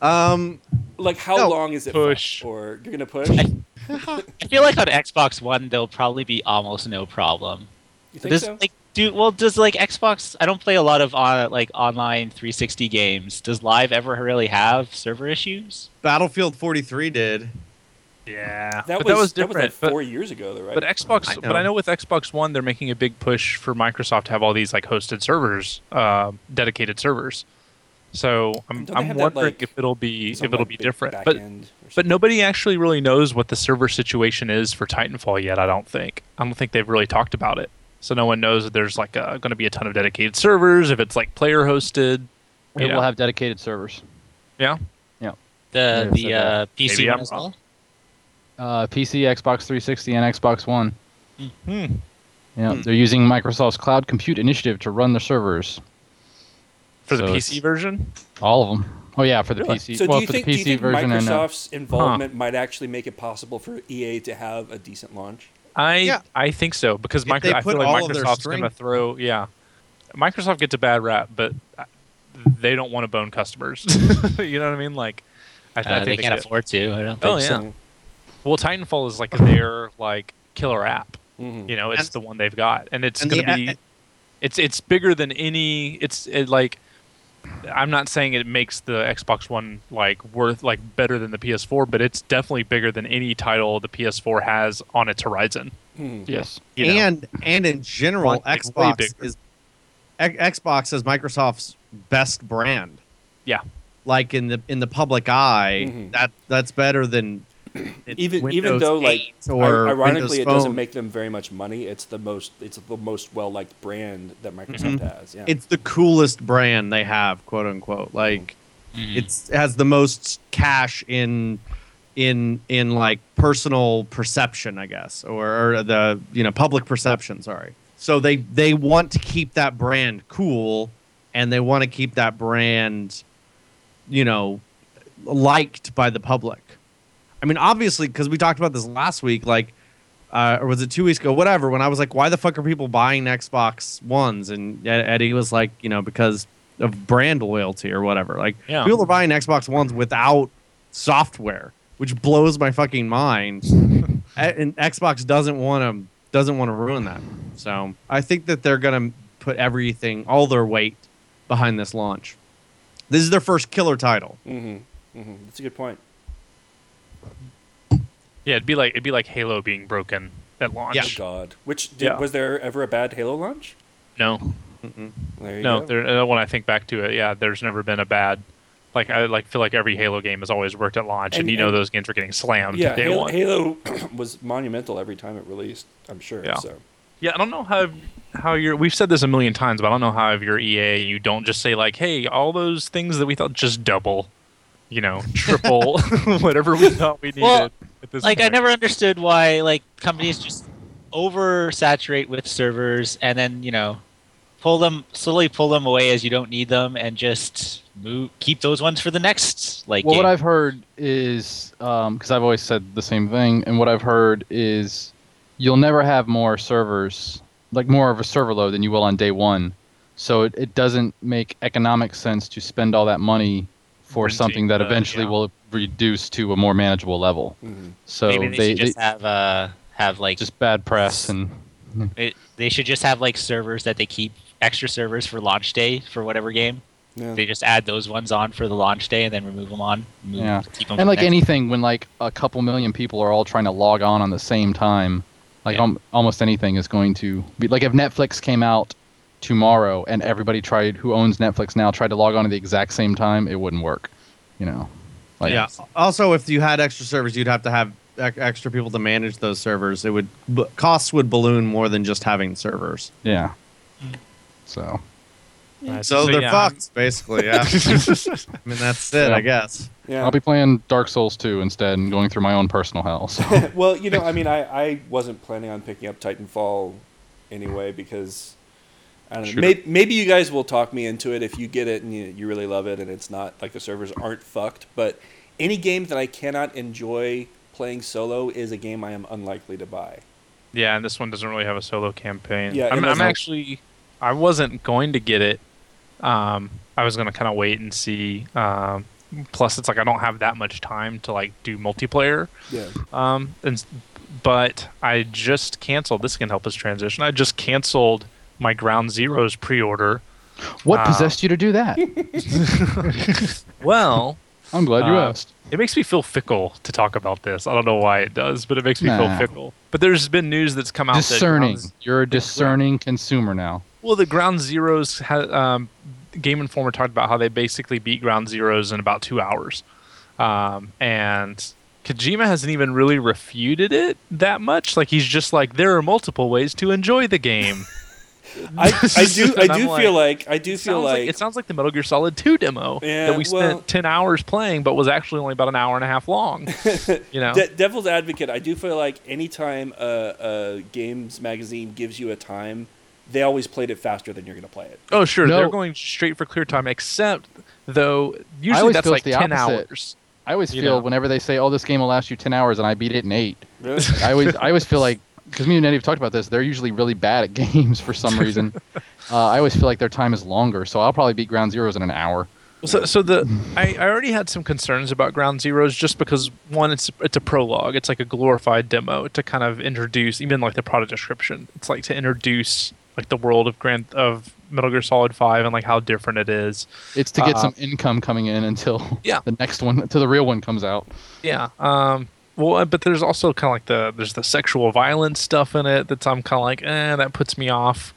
Speaker 3: Uh,
Speaker 6: Um
Speaker 3: like how
Speaker 6: No.
Speaker 3: long is it?
Speaker 2: Push.
Speaker 3: fucked? or you're gonna push?
Speaker 5: I feel like on Xbox One, there'll probably be almost no problem.
Speaker 3: You think
Speaker 5: Does
Speaker 3: so?
Speaker 5: like do well? Does like Xbox? I don't play a lot of on like online 360 games. Does Live ever really have server issues?
Speaker 6: Battlefield 43 did.
Speaker 2: Yeah,
Speaker 3: that,
Speaker 2: but
Speaker 3: was,
Speaker 2: that was
Speaker 3: that
Speaker 2: different.
Speaker 3: was like
Speaker 2: but-
Speaker 3: four years ago, though, right?
Speaker 2: But Xbox,
Speaker 6: I
Speaker 2: but I
Speaker 6: know.
Speaker 2: know with Xbox One, they're making a big push for Microsoft to have all these like hosted servers, uh, dedicated servers. So I'm,
Speaker 3: Don't they
Speaker 2: I'm
Speaker 3: have that,
Speaker 2: wondering
Speaker 3: like,
Speaker 2: if it'll be if
Speaker 3: Some,
Speaker 2: it'll
Speaker 3: like,
Speaker 2: be
Speaker 3: big
Speaker 2: different.
Speaker 3: back
Speaker 2: But
Speaker 3: end or
Speaker 2: but
Speaker 3: something.
Speaker 2: nobody actually really knows what the server situation is for Titanfall yet. I don't think. I don't think they've really talked about it. So no one knows if there's like going to be a ton of dedicated servers. If it's like player hosted.
Speaker 4: It
Speaker 2: you know.
Speaker 4: will have dedicated servers.
Speaker 2: yeah.
Speaker 5: The
Speaker 4: Yeah, so
Speaker 5: the
Speaker 4: that-
Speaker 5: uh, PC
Speaker 2: Maybe
Speaker 5: one
Speaker 2: I'm
Speaker 5: as
Speaker 2: wrong.
Speaker 5: well.
Speaker 4: Uh, PC, Xbox 360, and Xbox One.
Speaker 2: Hmm.
Speaker 4: Yeah, they're using Microsoft's Cloud Compute Initiative to run their servers.
Speaker 2: For the
Speaker 4: So
Speaker 2: PC
Speaker 4: it's-
Speaker 2: version.
Speaker 4: All of them. Oh yeah, for the
Speaker 2: Really?
Speaker 4: PC.
Speaker 3: so
Speaker 4: well,
Speaker 3: do you
Speaker 4: for
Speaker 3: think,
Speaker 4: the
Speaker 3: do
Speaker 4: PC
Speaker 3: you think
Speaker 4: version and uh,
Speaker 3: Microsoft's involvement might actually make it possible for EA to have a decent launch?
Speaker 2: I
Speaker 6: Yeah.
Speaker 2: I think so because
Speaker 6: If they
Speaker 2: Micro, I feel
Speaker 6: put
Speaker 2: like
Speaker 6: all of their
Speaker 2: Microsoft's going to
Speaker 6: strength-
Speaker 2: throw. Yeah, Microsoft gets a bad rap, but uh, they don't want to bone customers. you know what I mean? Like, I, th- I
Speaker 5: Uh,
Speaker 2: think
Speaker 5: they can't
Speaker 2: get-
Speaker 5: afford to. I don't think
Speaker 2: Oh
Speaker 5: so.
Speaker 2: yeah. Well, Titanfall is like their like killer app.
Speaker 3: Mhm.
Speaker 2: You know, it's
Speaker 6: And-
Speaker 2: the one they've got, and it's
Speaker 6: and
Speaker 2: going
Speaker 6: the
Speaker 2: to
Speaker 6: a-
Speaker 2: be.
Speaker 6: a-
Speaker 2: it's it's bigger than any. It's it, like. I'm not saying it makes the Xbox One like worth like better than the PS4, but it's definitely bigger than any title the PS4 has on its horizon.
Speaker 3: Mhm.
Speaker 4: yes,
Speaker 2: You know?
Speaker 6: and and in general,
Speaker 2: Front, like, way
Speaker 6: Xbox
Speaker 2: bigger.
Speaker 6: is X- Xbox is Microsoft's best brand.
Speaker 2: Yeah.
Speaker 6: Like in the in the public eye,
Speaker 3: Mhm.
Speaker 6: that that's better than it's
Speaker 3: Even- even
Speaker 6: Windows
Speaker 3: though, like,
Speaker 6: 8 or
Speaker 3: I-
Speaker 6: Windows
Speaker 3: ironically, it doesn't
Speaker 6: Phone.
Speaker 3: make them very much money. It's the most it's the most well liked brand that Microsoft has. Yeah,
Speaker 6: it's the coolest brand they have, quote unquote. Like it's it has the most cash in in in like personal perception, I guess, or, or the you know public perception. Sorry. So they they want to keep that brand cool, and they want to keep that brand, you know, liked by the public. I mean, obviously, because we talked about this last week, like, uh, or was it two weeks ago? Whatever. When I was like, why the fuck are people buying Xbox Ones? And Ed- Eddie was like, you know, because of brand loyalty or whatever. Like,
Speaker 2: Yeah.
Speaker 6: people are buying Xbox Ones without software, which blows my fucking mind. A- and Xbox doesn't want to doesn't want to ruin that. So I think that they're gonna put everything, all their weight, behind this launch. This is their first killer title.
Speaker 3: hmm hmm that's a good point.
Speaker 2: Yeah, it'd be like it'd be like Halo being broken at launch.
Speaker 6: Yeah.
Speaker 3: Oh God, which did,
Speaker 2: Yeah.
Speaker 3: was there ever a bad Halo launch?
Speaker 2: No,
Speaker 3: There you
Speaker 2: no.
Speaker 3: go.
Speaker 2: There, uh, when I think back to it, yeah, there's never been a bad. Like I like feel like every Halo game has always worked at launch, and,
Speaker 3: And-
Speaker 2: you know
Speaker 3: and-
Speaker 2: those games are getting slammed
Speaker 3: yeah,
Speaker 2: day
Speaker 3: Halo,
Speaker 2: one.
Speaker 3: Halo was monumental every time it released. I'm sure.
Speaker 2: Yeah.
Speaker 3: So
Speaker 2: Yeah, I don't know how how you're. We've said this a million times, but I don't know how if you're EA, you don't just say like, "Hey, all those things that we thought just double, you know, triple, whatever we thought we needed."
Speaker 5: Well,
Speaker 2: at this
Speaker 5: like I
Speaker 2: point."
Speaker 5: never understood why like companies just oversaturate with servers and then you know pull them slowly pull them away as you don't need them and just move keep those ones for the next like
Speaker 4: well, what
Speaker 5: game.
Speaker 4: I've heard is because I've always said the same thing, and what I've heard is you'll never have more servers, like more of a server load than you will on day one. So it, it doesn't make economic sense to spend all that money for
Speaker 2: Renting
Speaker 4: something that
Speaker 2: the-
Speaker 4: eventually
Speaker 2: yeah.
Speaker 4: will reduce to a more manageable level.
Speaker 3: mhm.
Speaker 4: So
Speaker 5: maybe they,
Speaker 4: they,
Speaker 5: should just have uh have like
Speaker 4: just bad press and
Speaker 5: it, they should just have like servers that they keep extra servers for launch day for whatever game
Speaker 3: yeah.
Speaker 5: they just add those ones on for the launch day and then remove them on remove-
Speaker 4: Yeah.
Speaker 5: keep 'em for
Speaker 4: and like
Speaker 5: next-
Speaker 4: anything when like a couple million people are all trying to log on on the same time like
Speaker 5: Yeah.
Speaker 4: um, almost anything is going to be like if netflix came out tomorrow and everybody tried who owns netflix now tried to log on at the exact same time it wouldn't work you know like
Speaker 6: yeah. Also, if you had extra servers, you'd have to have ec- extra people to manage those servers. It would b- costs would balloon more than just having servers.
Speaker 4: yeah
Speaker 2: Mm.
Speaker 4: so
Speaker 2: Uh,
Speaker 6: So, they're
Speaker 2: yeah, I'm-
Speaker 6: fucked, basically. Yeah. I mean, that's it, I guess.
Speaker 3: yeah.
Speaker 4: i'll be playing dark souls 2 instead and going through my own personal hell so
Speaker 3: well, you know, I mean, I, I wasn't planning on picking up Titanfall anyway because I don't know.
Speaker 2: Sure.
Speaker 3: Maybe, maybe you guys will talk me into it if you get it and you, you really love it and it's not like the servers aren't fucked. But any game that I cannot enjoy playing solo is a game I am unlikely to buy.
Speaker 2: Yeah, and this one doesn't really have a solo campaign.
Speaker 3: Yeah, it
Speaker 2: I'm, I'm
Speaker 3: doesn't.
Speaker 2: actually, I wasn't going to get it. Um, I was gonna kind of wait and see. Um, plus, it's like I don't have that much time to like do multiplayer.
Speaker 3: Yeah.
Speaker 2: Um, and s- but I just canceled. This can help us transition. I just canceled my Ground Zeroes pre-order.
Speaker 4: what
Speaker 2: Wow.
Speaker 4: possessed you to do that
Speaker 2: Well,
Speaker 4: i'm glad you
Speaker 2: Uh,
Speaker 4: asked
Speaker 2: it makes me feel fickle to talk about this. I don't know why it does, but it makes me
Speaker 4: Nah.
Speaker 2: feel fickle. But there's been news that's come out that
Speaker 4: discerning
Speaker 2: Ground Z-
Speaker 4: you're a discerning consumer now
Speaker 2: Well, the Ground Zeroes ha- um, Game Informer talked about how they basically beat Ground Zeroes in about two hours, um, and Kojima hasn't even really refuted it that much. Like he's just like there are multiple ways to enjoy the game.
Speaker 3: I, I do I
Speaker 2: And
Speaker 3: do
Speaker 2: I'm
Speaker 3: feel like, I do
Speaker 2: It
Speaker 3: feel
Speaker 2: sounds
Speaker 3: like,
Speaker 2: it sounds like the Metal Gear Solid 2 demo
Speaker 3: Yeah,
Speaker 2: that we spent
Speaker 3: well-
Speaker 2: 10 hours playing, but was actually only about an hour and a half long. you know,
Speaker 3: De- devil's advocate, I do feel like anytime a, a games magazine gives you a time, they always played it faster than you're going to play it.
Speaker 2: oh sure,
Speaker 4: No.
Speaker 2: they're going straight for clear time, except though usually
Speaker 4: always
Speaker 2: that's
Speaker 4: feel
Speaker 2: like
Speaker 4: it's
Speaker 2: 10
Speaker 4: the opposite.
Speaker 2: hours.
Speaker 4: I always
Speaker 2: You
Speaker 4: feel
Speaker 2: know.
Speaker 4: whenever they say, "Oh, this game will last you ten hours," and I beat it in eight.
Speaker 3: Really?
Speaker 4: I always, I always feel like because me and Eddie have talked about this, they're usually really bad at games for some reason. uh, I always feel like their time is longer, so I'll probably beat Ground Zeroes in an hour.
Speaker 2: So, so the I, I already had some concerns about Ground Zeroes just because one, it's it's a prologue, it's like a glorified demo to kind of introduce even like the product description. It's like to introduce like the world of Grand of Metal Gear Solid Five and like how different it is.
Speaker 4: It's to get
Speaker 2: Uh,
Speaker 4: some income coming in until
Speaker 2: Yeah.
Speaker 4: the next one, until the real one comes out.
Speaker 2: Yeah. Um. Well, but there's also kind of like the there's the sexual violence stuff in it that's I'm kind of like, eh, that puts me off.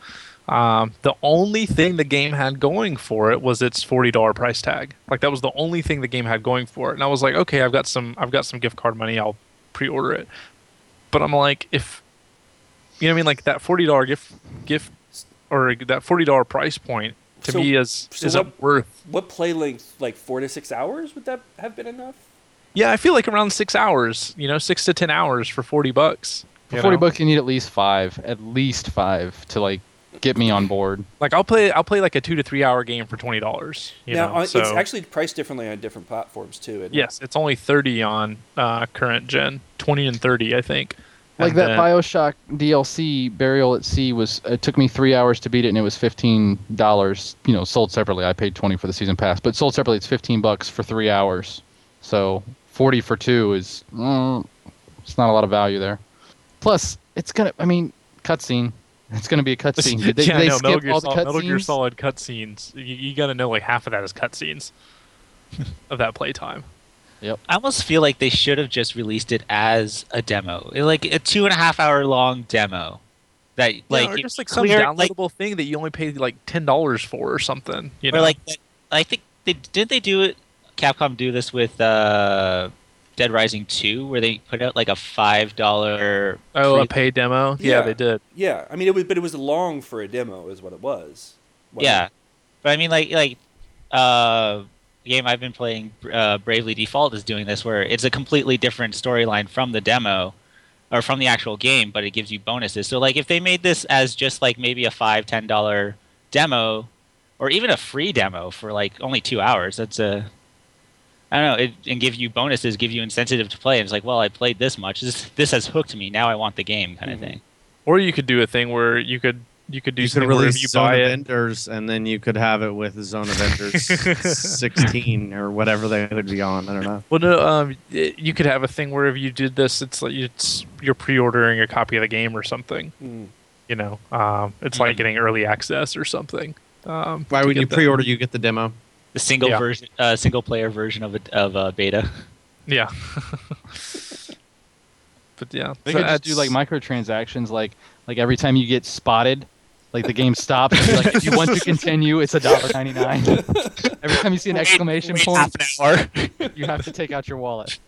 Speaker 2: Um, the only thing the game had going for it was its forty dollar price tag. Like that was the only thing the game had going for it, and I was like, okay, I've got some I've got some gift card money. I'll pre-order it. But I'm like, if you know what I mean, like that forty dollar gift gift or that forty dollar price point to
Speaker 3: So-
Speaker 2: me is
Speaker 3: so
Speaker 2: is
Speaker 3: what-
Speaker 2: up worth.
Speaker 3: What play length? Like four to six hours? Would that have been enough?
Speaker 2: Yeah, I feel like around six hours, you know, six to ten hours for forty bucks.
Speaker 4: For
Speaker 2: you
Speaker 4: forty
Speaker 2: know?
Speaker 4: bucks, you need at least five, at least five to like get me on board.
Speaker 2: like I'll play I'll play like a two to three hour game for twenty dollars. You
Speaker 3: now
Speaker 2: know,
Speaker 3: on-
Speaker 2: so
Speaker 3: it's actually priced differently on different platforms too. isn't it?
Speaker 2: yes, it's only thirty on uh, current gen, twenty and thirty, I think.
Speaker 4: Like
Speaker 2: And
Speaker 4: that
Speaker 2: then-
Speaker 4: Bioshock DLC, Burial at Sea was. It took me three hours to beat it, and it was fifteen dollars. You know, sold separately. I paid twenty for the season pass, but sold separately, it's fifteen bucks for three hours. So forty for two is. mm, it's not a lot of value there. Plus, it's gonna. I mean, cutscene. It's gonna be a cutscene. Did they,
Speaker 2: yeah,
Speaker 4: they
Speaker 2: no, Metal
Speaker 4: skip
Speaker 2: Gear,
Speaker 4: all the
Speaker 2: Sol- Metal Gear
Speaker 4: cutscenes?
Speaker 2: Solid cutscenes. You, you got to know like half of that is cutscenes of that playtime.
Speaker 5: I almost feel like they should have just released it as a demo, like a two and a half hour long demo. That like
Speaker 2: yeah, or
Speaker 5: it
Speaker 2: just like some
Speaker 5: clear, like,
Speaker 2: downloadable thing that you only paid like ten dollars for or something. You know,
Speaker 5: or like I think they did they do it. Capcom do this with uh, Dead Rising Two, where they put out like a five dollar.
Speaker 2: oh, a pay demo. Yeah,
Speaker 3: Yeah.
Speaker 2: they did.
Speaker 3: Yeah. I mean, it was, but it was long for a demo, is what it was. Well,
Speaker 5: Yeah, but I mean, like, like uh, the game I've been playing, uh, Bravely Default, is doing this where it's a completely different storyline from the demo or from the actual game, but it gives you bonuses. So, like, if they made this as just like maybe a five, ten dollar demo, or even a free demo for like only two hours, that's a I don't know, it, and give you bonuses, give you incentive to play. And it's like, well, I played this much. This this has hooked me. Now I want the game, kind
Speaker 3: Mhm.
Speaker 5: of thing.
Speaker 2: Or you could do a thing where you could you could do
Speaker 6: You could
Speaker 2: something where if
Speaker 6: release
Speaker 2: you
Speaker 6: Zone
Speaker 2: buy
Speaker 6: of
Speaker 2: it.
Speaker 6: Enders, and then you could have it with Zone of Enders 16 or whatever they would be on. I don't know.
Speaker 2: Well, no, um, y- you could have a thing where if you did this, it's like it's you're pre-ordering a copy of the game or something.
Speaker 3: Mm.
Speaker 2: You know, um, it's like getting early access or something. Um,
Speaker 6: Mm. Why
Speaker 2: to
Speaker 6: would
Speaker 2: get
Speaker 6: you
Speaker 2: the-
Speaker 6: pre-order? You get the demo.
Speaker 5: The single
Speaker 2: Yeah.
Speaker 5: version, uh, single player version of a, of a beta.
Speaker 2: Yeah. but yeah,
Speaker 4: They
Speaker 2: so
Speaker 4: could just do
Speaker 2: it's-
Speaker 4: like microtransactions, like like every time you get spotted, like the game stops. and be like if you want to continue, it's a dollar ninety nine. Every time you see an exclamation
Speaker 5: Wait
Speaker 4: point,
Speaker 5: half an hour.
Speaker 4: you have to take out your wallet.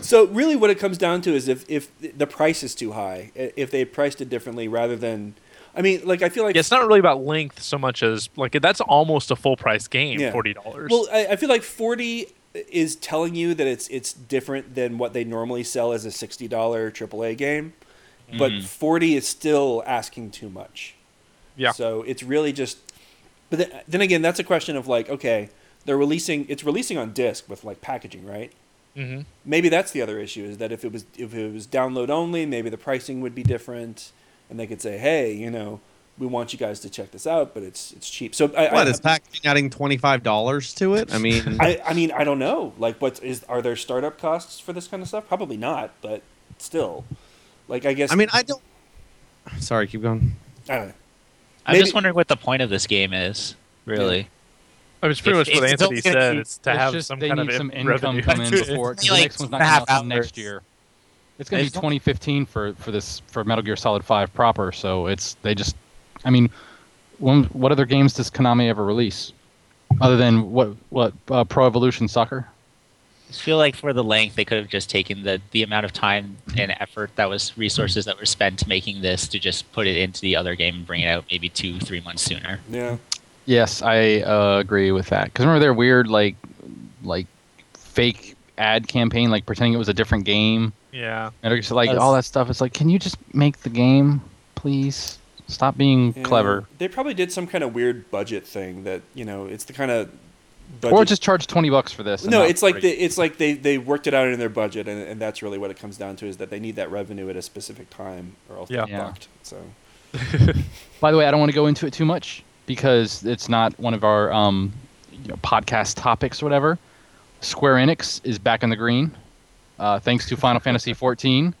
Speaker 3: So really, what it comes down to is if if the price is too high, i- if they had priced it differently rather than, I mean, like I feel like
Speaker 2: Yeah, it's not really about length so much as like that's almost a full price game,
Speaker 3: Yeah.
Speaker 2: forty dollars.
Speaker 3: well, I, I feel like forty is telling you that it's it's different than what they normally sell as a sixty dollar AAA game, but forty is still asking too much.
Speaker 2: yeah,
Speaker 3: So it's really just, but then, then again, that's a question of like, okay, they're releasing it's releasing on disc with like packaging, right?
Speaker 2: mm-hmm.
Speaker 3: maybe that's the other issue is that if it was if it was download only, maybe the pricing would be different, and they could say, hey, you know, we want you guys to check this out, but it's it's cheap. So I,
Speaker 6: What
Speaker 3: I,
Speaker 6: is packaging adding twenty five dollars to it? I mean,
Speaker 3: I, I mean, I don't know. Like, what is are there startup costs for this kind of stuff? Probably not, but still, like I guess.
Speaker 6: I mean, I don't. Sorry, keep going.
Speaker 3: I don't know.
Speaker 5: I'm
Speaker 3: Maybe-
Speaker 5: just wondering what the point of this game is, really.
Speaker 2: I mean, it's pretty
Speaker 5: It's-
Speaker 2: much what
Speaker 5: it's
Speaker 2: Anthony
Speaker 5: only gonna
Speaker 2: said.
Speaker 5: keep-
Speaker 2: It's to
Speaker 4: It's
Speaker 2: have
Speaker 4: just
Speaker 2: some
Speaker 4: they
Speaker 2: kind
Speaker 4: need
Speaker 2: of
Speaker 4: some
Speaker 2: in-
Speaker 4: income
Speaker 2: revenue.
Speaker 4: come in before it, 'cause the
Speaker 5: Like
Speaker 4: next one's not
Speaker 5: two and
Speaker 4: coming
Speaker 5: a
Speaker 4: out
Speaker 5: half
Speaker 4: till next
Speaker 5: hours.
Speaker 4: year. It's going to be
Speaker 5: It's-
Speaker 4: 2015 for for this for Metal Gear Solid 5 proper. So it's they just, I mean, when, what other games does Konami ever release, other than what what uh, Pro Evolution Soccer?
Speaker 5: I just feel like for the length, they could have just taken the the amount of time and effort that was resources that were spent making this to just put it into the other game and bring it out maybe two, three months sooner.
Speaker 3: Yeah.
Speaker 4: Yes, I uh, agree with that. Because remember their weird like like fake ad campaign, like pretending it was a different game.
Speaker 2: Yeah,
Speaker 4: Metal Gear, Solid, like
Speaker 5: Yes.
Speaker 4: all that stuff. It's like, can you just make the game, please? Stop being
Speaker 3: Yeah.
Speaker 4: clever.
Speaker 3: They probably did some kind of weird budget thing that you know it's the kind of. Budget.
Speaker 4: Or just charge twenty bucks for this. and
Speaker 3: no,
Speaker 4: not
Speaker 3: it's like
Speaker 4: free.
Speaker 3: the, it's like they, they worked it out in their budget, and, and that's really what it comes down to is that they need that revenue at a specific time, or else
Speaker 2: Yeah.
Speaker 3: they're
Speaker 4: Yeah.
Speaker 3: fucked. So
Speaker 4: By the way, I don't want to go into it too much because it's not one of our um, you know, podcast topics or whatever. Square Enix is back in the green, uh, thanks to Final Fantasy XIV.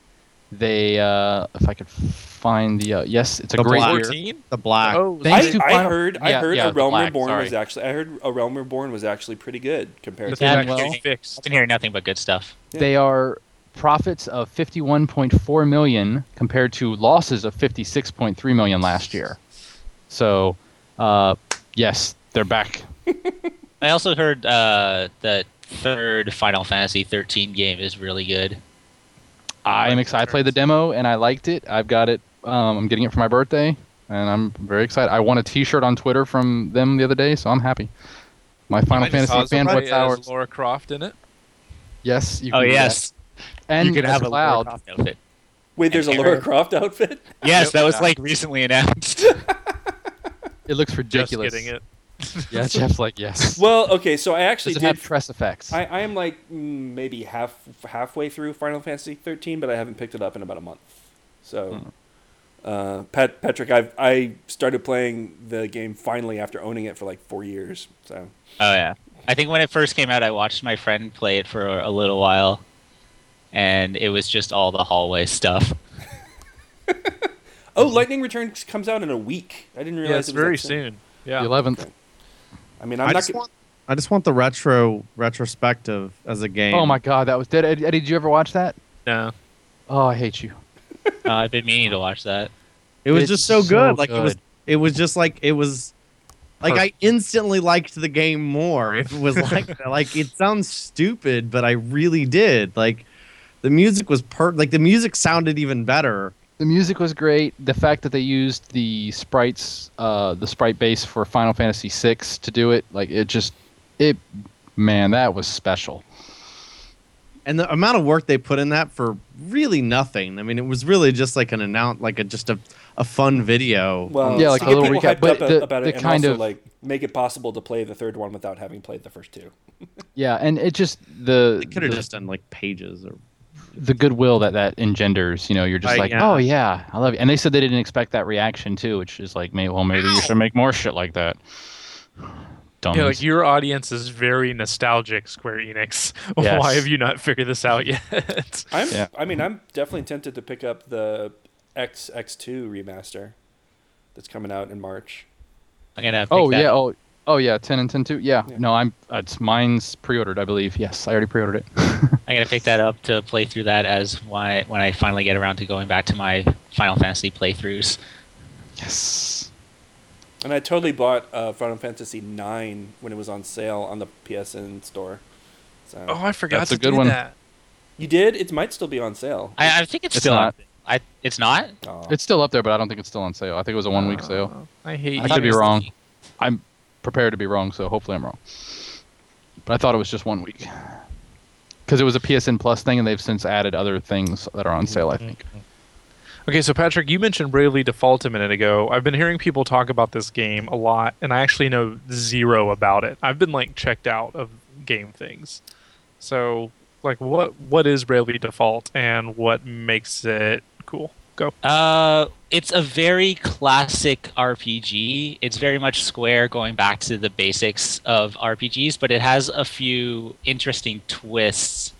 Speaker 4: They, uh, if I could find the, uh, yes, it's a
Speaker 6: The
Speaker 4: great
Speaker 6: black-
Speaker 4: year.
Speaker 2: fourteen.
Speaker 6: The black.
Speaker 2: Oh,
Speaker 4: Thanks
Speaker 3: I,
Speaker 4: to
Speaker 3: I
Speaker 4: Final-
Speaker 3: heard I
Speaker 4: yeah,
Speaker 3: heard
Speaker 4: yeah,
Speaker 3: a Realm
Speaker 4: Black,
Speaker 3: Reborn
Speaker 4: sorry.
Speaker 3: was actually I heard a Realm Reborn was actually pretty good compared
Speaker 2: That's
Speaker 3: to
Speaker 4: Yeah,
Speaker 2: actually
Speaker 4: well-
Speaker 5: I've
Speaker 2: fixed.
Speaker 5: been hearing nothing but good stuff.
Speaker 4: They are profits of fifty-one point four million compared to losses of fifty-six point three million last year. So, uh, yes, they're back.
Speaker 5: I also heard uh, that third Final Fantasy 13 game is really good.
Speaker 4: I am excited. I played the demo and I liked it. I've got it. Um, I'm getting it for my birthday, and I'm very excited. I won a T-shirt on Twitter from them the other day, so I'm happy. My Final
Speaker 6: just
Speaker 4: Fantasy
Speaker 6: saw
Speaker 4: fan
Speaker 6: somebody
Speaker 4: what's
Speaker 2: Hey,
Speaker 4: ours?
Speaker 2: is Laura Croft in it?
Speaker 4: Yes, you
Speaker 5: Oh
Speaker 4: can do that.
Speaker 5: yes,
Speaker 4: and
Speaker 5: you could
Speaker 4: as
Speaker 5: have a Lara
Speaker 4: Cloud.
Speaker 5: Croft outfit.
Speaker 3: Wait, there's a
Speaker 5: And
Speaker 3: Laura
Speaker 5: Aaron-
Speaker 3: Croft outfit?
Speaker 5: Yes, that was
Speaker 2: Yeah.
Speaker 5: like recently announced.
Speaker 4: It looks
Speaker 2: Just
Speaker 4: ridiculous.
Speaker 2: getting it.
Speaker 4: Yeah, Jeff's like yes.
Speaker 3: Well, okay, so I actually
Speaker 4: Does it
Speaker 3: did.
Speaker 4: have press effects?
Speaker 3: I, I am like mm, maybe half halfway through Final Fantasy 13, but I haven't picked it up in about a month. So, uh, Pat Patrick, I I started playing the game finally after owning it for like four years. So
Speaker 5: Oh yeah. I think when it first came out, I watched my friend play it for a little while, and it was just all the hallway stuff.
Speaker 3: Oh, Lightning Returns comes out in a week. I didn't realize
Speaker 2: Yeah, it's
Speaker 3: it was that
Speaker 2: very
Speaker 3: soon.
Speaker 2: soon. Yeah.
Speaker 4: The 11th.
Speaker 3: I mean, I'm
Speaker 6: I
Speaker 3: not.
Speaker 6: just
Speaker 3: gonna-
Speaker 6: want I just want the retro retrospective as a game.
Speaker 4: Oh my god, that was dead. Eddie, Eddie, did you ever watch that?
Speaker 2: No.
Speaker 4: Oh, I hate you.
Speaker 5: Uh, I've been meaning to watch that.
Speaker 6: It was
Speaker 4: It's
Speaker 6: just so,
Speaker 4: so
Speaker 6: good. Like it was
Speaker 4: good.
Speaker 6: it was just like it was like I instantly liked the game more. If it was like that. like it sounds stupid, but I really did. Like the music was per like the music sounded even better.
Speaker 4: The music was great. The fact that they used the sprites, uh, the sprite base for Final Fantasy VI to do it, like it just, it, man, that was special.
Speaker 6: And the amount of work they put in that for really nothing. I mean, it was really just like an announce like a just a, a fun video. Um,
Speaker 3: well,
Speaker 4: Yeah, like
Speaker 3: to
Speaker 4: a
Speaker 3: get
Speaker 4: little
Speaker 3: people
Speaker 4: recap,
Speaker 3: hyped
Speaker 4: but
Speaker 3: up
Speaker 4: the-
Speaker 3: about
Speaker 4: the
Speaker 3: it, and
Speaker 4: kind
Speaker 3: also,
Speaker 4: of-
Speaker 3: like make it possible to play the third one without having played the first two.
Speaker 4: Yeah, and it just the
Speaker 6: they could have
Speaker 4: the,
Speaker 6: just done like pages or
Speaker 4: the goodwill that that engenders. You know, you're just
Speaker 6: Right,
Speaker 4: like,
Speaker 6: yeah.
Speaker 4: oh yeah, I love you. And they said they didn't expect that reaction too, which is like, may well, maybe you should make more shit like that. Dummies.
Speaker 2: Yeah, like your audience is very nostalgic, Square Enix.
Speaker 4: Yes.
Speaker 2: Why have you not figured this out yet?
Speaker 3: I'm.
Speaker 4: Yeah.
Speaker 3: I mean, I'm definitely tempted to pick up the XX2 remaster that's coming out in March.
Speaker 5: I'm gonna. Pick
Speaker 4: Oh
Speaker 5: that.
Speaker 4: yeah. Oh oh yeah. Ten and ten two. Yeah.
Speaker 3: Yeah.
Speaker 4: No, I'm. It's mine's pre-ordered, I believe. Yes, I already pre-ordered it.
Speaker 5: I'm gonna pick that up to play through that as why when I finally get around to going back to my Final Fantasy playthroughs.
Speaker 4: yes.
Speaker 3: And I totally bought uh, Final Fantasy 9 when it was on sale on the PSN store. So
Speaker 2: oh, I forgot
Speaker 4: That's
Speaker 2: to
Speaker 4: a good
Speaker 2: do
Speaker 4: one.
Speaker 2: that.
Speaker 3: you did? It might still be on sale.
Speaker 5: I, I think it's,
Speaker 4: It's
Speaker 5: still.
Speaker 4: not.
Speaker 5: I it's not.
Speaker 3: Aw.
Speaker 4: It's still up there, but I don't think it's still on sale. I think it was a one-week sale.
Speaker 2: Oh, I hate.
Speaker 4: I
Speaker 2: you.
Speaker 4: could be
Speaker 5: it was
Speaker 4: wrong.
Speaker 5: the-
Speaker 4: I'm prepared to be wrong, so hopefully I'm wrong. But I thought it was just one week because it was a PSN Plus thing, and they've since added other things that are on sale. I think.
Speaker 2: Okay, so Patrick, you mentioned Bravely Default a minute ago. I've been hearing people talk about this game a lot, and I actually know zero about it. I've been like checked out of game things. So, like, what what is Bravely Default, and what makes it cool? Go.
Speaker 5: Uh, it's a very classic RPG. It's very much Square going back to the basics of RPGs, but it has a few interesting twists.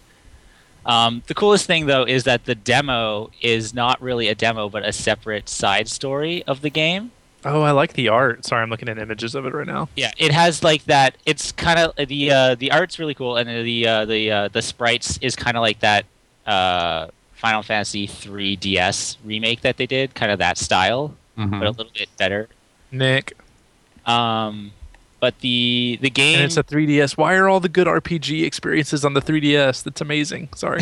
Speaker 5: Um, the coolest thing, though, is that the demo is not really a demo, but a separate side story of the game.
Speaker 2: Oh, I like the art. Sorry, I'm looking at images of it right now.
Speaker 5: Yeah, it has like that. It's kind of the uh, the art's really cool, and the uh, the uh, the sprites is kind of like that uh, Final Fantasy 3 DS remake that they did, kind of that style, but a
Speaker 2: Hmm.
Speaker 4: Mhm.
Speaker 5: little bit better.
Speaker 2: Nick,
Speaker 5: Um, but the the game
Speaker 2: and it's a 3DS. Why are all the good RPG experiences on the 3DS? That's amazing. Sorry.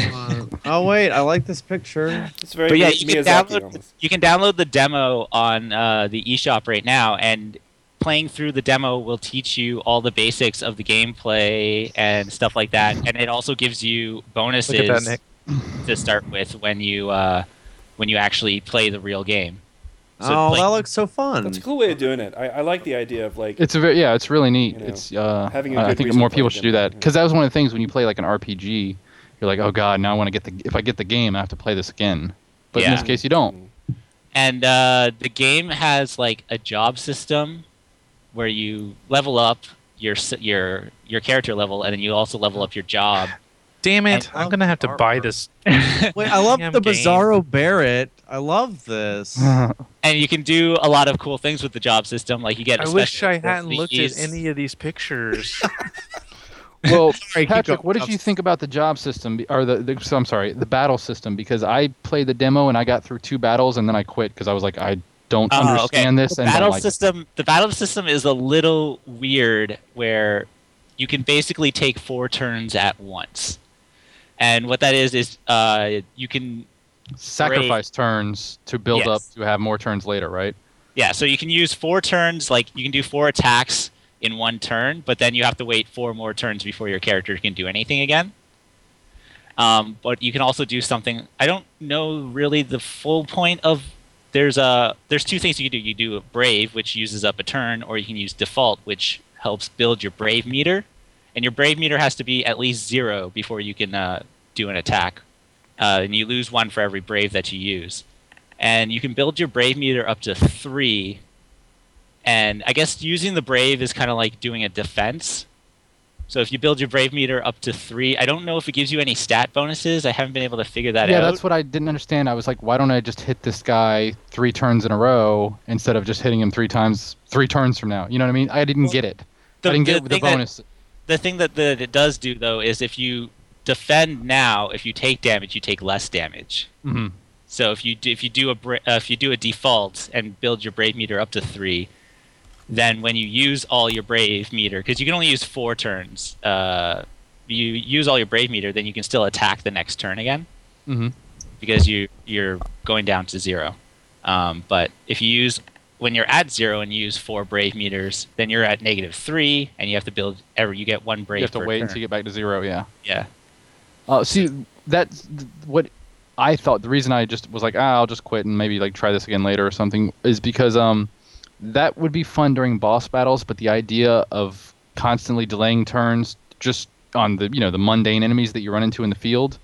Speaker 6: oh wait, I like this picture.
Speaker 3: it's very
Speaker 5: but yeah,
Speaker 3: Mi-
Speaker 5: you can
Speaker 3: Miyazaki
Speaker 5: download
Speaker 3: almost.
Speaker 5: you can download the demo on uh, the eShop right now, and playing through the demo will teach you all the basics of the gameplay and stuff like that. And it also gives you
Speaker 2: Look at that,
Speaker 5: bonuses
Speaker 2: Nick.
Speaker 5: to start with when you uh, when you actually play the real game. So,
Speaker 6: oh,
Speaker 5: like-
Speaker 6: that looks so fun.
Speaker 3: That's a cool way of doing it. I, I like the idea of like
Speaker 4: It's a very, yeah, it's really neat.
Speaker 3: You know,
Speaker 4: it's uh,
Speaker 3: having a
Speaker 4: I
Speaker 3: good
Speaker 4: think
Speaker 3: reason
Speaker 4: more
Speaker 3: to play
Speaker 4: people
Speaker 3: the
Speaker 4: should do
Speaker 3: demo,
Speaker 4: that
Speaker 3: yeah.
Speaker 4: because that was one of the things when you play like an RPG, you're like, oh god, now I want to get the if I get the game, I have to play this again. But in
Speaker 5: Yeah.
Speaker 4: this case, you don't.
Speaker 5: And uh, the game has like a job system where you level up your s- your your character level, and then you also level up your job.
Speaker 2: Damn it!
Speaker 6: I
Speaker 2: I'm gonna have to
Speaker 6: love
Speaker 2: buy
Speaker 6: artwork.
Speaker 2: this.
Speaker 6: Wait, I love
Speaker 2: Damn
Speaker 6: the
Speaker 2: game.
Speaker 6: Bizarro Barrett. I love this.
Speaker 4: Uh-huh.
Speaker 5: and you can do a lot of cool things with the job system. Like you get.
Speaker 2: I
Speaker 5: a
Speaker 2: wish
Speaker 5: special
Speaker 2: I hadn't looked at
Speaker 5: abilities.
Speaker 2: any of these pictures.
Speaker 4: Well,
Speaker 6: Sorry, keep
Speaker 4: Patrick,
Speaker 6: going.
Speaker 4: what did you think about the job system be- or the, the so I'm sorry, the battle system? Because I played the demo and I got through two battles and then I quit because I was like, I don't
Speaker 5: Oh, okay.
Speaker 4: understand this
Speaker 5: The
Speaker 4: and
Speaker 5: battle
Speaker 4: don't like. it.
Speaker 5: system. The battle system is a little weird, where you can basically take four turns at once, and what that is is uh, you can
Speaker 4: sacrifice turns to build
Speaker 5: Yes.
Speaker 4: up to have more turns later, right?
Speaker 5: Yeah, so you can use four turns, like you can do four attacks in one turn, but then you have to wait four more turns before your character can do anything again. Um, but you can also do something. I don't know really the full point of. There's a there's two things you can do. You do a brave, which uses up a turn, or you can use default, which helps build your brave meter, and your brave meter has to be at least zero before you can uh, do an attack, uh, and you lose one for every brave that you use and you can build your brave meter up to three. And I guess using the brave is kind of like doing a defense. So if you build your brave meter up to three, I don't know if it gives you any stat bonuses. I haven't been able to figure that
Speaker 4: yeah,
Speaker 5: out.
Speaker 4: that's what I didn't understand. I was like, why don't I just hit this guy three turns in a row instead of just hitting him three times, three turns from now? You know what I mean? I didn't
Speaker 5: Well,
Speaker 4: get it.
Speaker 5: the-
Speaker 4: I didn't get
Speaker 5: the
Speaker 4: the
Speaker 5: thing that-
Speaker 4: bonus.
Speaker 5: the thing that, that it does do though is if you defend now, if you take damage, you take less damage.
Speaker 4: hmm
Speaker 5: So if you do, if you do a bra- uh, if you do a default and build your brave meter up to three, then when you use all your brave meter, because you can only use four turns, uh, you use all your brave meter, then you can still attack the next turn again
Speaker 4: hmm
Speaker 5: because you you're going down to zero. Um, but if you use when you're at zero and you use four brave meters, then you're at negative three, and you have to build every you get one brave.
Speaker 4: You have to
Speaker 5: per
Speaker 4: wait
Speaker 5: turn.
Speaker 4: until you get back to zero. Yeah.
Speaker 5: yeah.
Speaker 4: Uh, see, that's th- what I thought. The reason I just was like, ah, I'll just quit and maybe like try this again later or something is because um, that would be fun during boss battles. But the idea of constantly delaying turns just on the you know the mundane enemies that you run into in the field,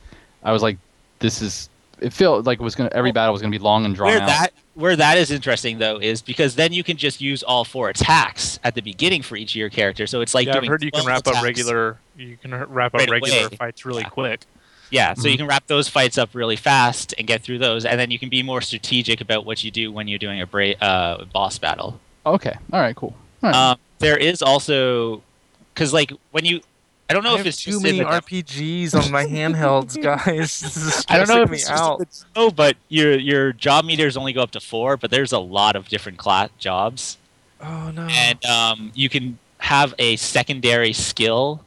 Speaker 4: I was like, this is. It felt like it was gonna every battle was gonna be long and drawn
Speaker 5: where
Speaker 4: out.
Speaker 5: that where that is interesting though is because then you can just use all four attacks at the beginning for each of your character. So it's like
Speaker 2: yeah, I've
Speaker 5: doing
Speaker 2: heard you can
Speaker 5: 12
Speaker 2: wrap up
Speaker 5: attacks.
Speaker 2: regular. You can wrap up
Speaker 5: Right
Speaker 2: regular
Speaker 5: away.
Speaker 2: fights really
Speaker 5: Yeah.
Speaker 2: quick.
Speaker 5: Yeah, so you can wrap those fights up really fast and get through those, and then you can be more strategic about what you do when you're doing a bra- uh, boss battle.
Speaker 4: okay, all right, cool. All right.
Speaker 5: Um, there is also because like when you, I don't know if it's
Speaker 7: too
Speaker 5: just
Speaker 7: many
Speaker 5: in the-
Speaker 7: RPGs on my handhelds, guys. This is
Speaker 5: I don't
Speaker 7: stressing
Speaker 5: know if
Speaker 7: me
Speaker 5: it's
Speaker 7: out.
Speaker 5: just oh, but your your job meters only go up to four, but there's a lot of different class jobs.
Speaker 7: oh no.
Speaker 4: Hmm.
Speaker 5: and um, you can have a secondary skill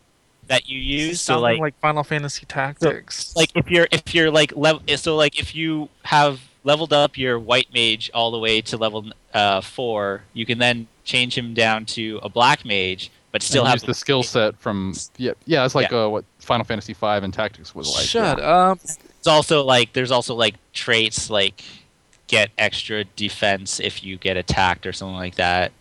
Speaker 5: that you use. So
Speaker 7: Sounding
Speaker 5: like, like,
Speaker 7: Final Fantasy Tactics.
Speaker 5: if you're if you're like level, so like if you have leveled up your white mage all the way to level uh, four, you can then change him down to a black mage, but still
Speaker 4: And
Speaker 5: have
Speaker 4: use the skill set from yeah yeah it's like Uh, what Final Fantasy V and Tactics was like.
Speaker 7: Shut up.
Speaker 5: It's also like there's also like traits like get extra defense if you get attacked or something like that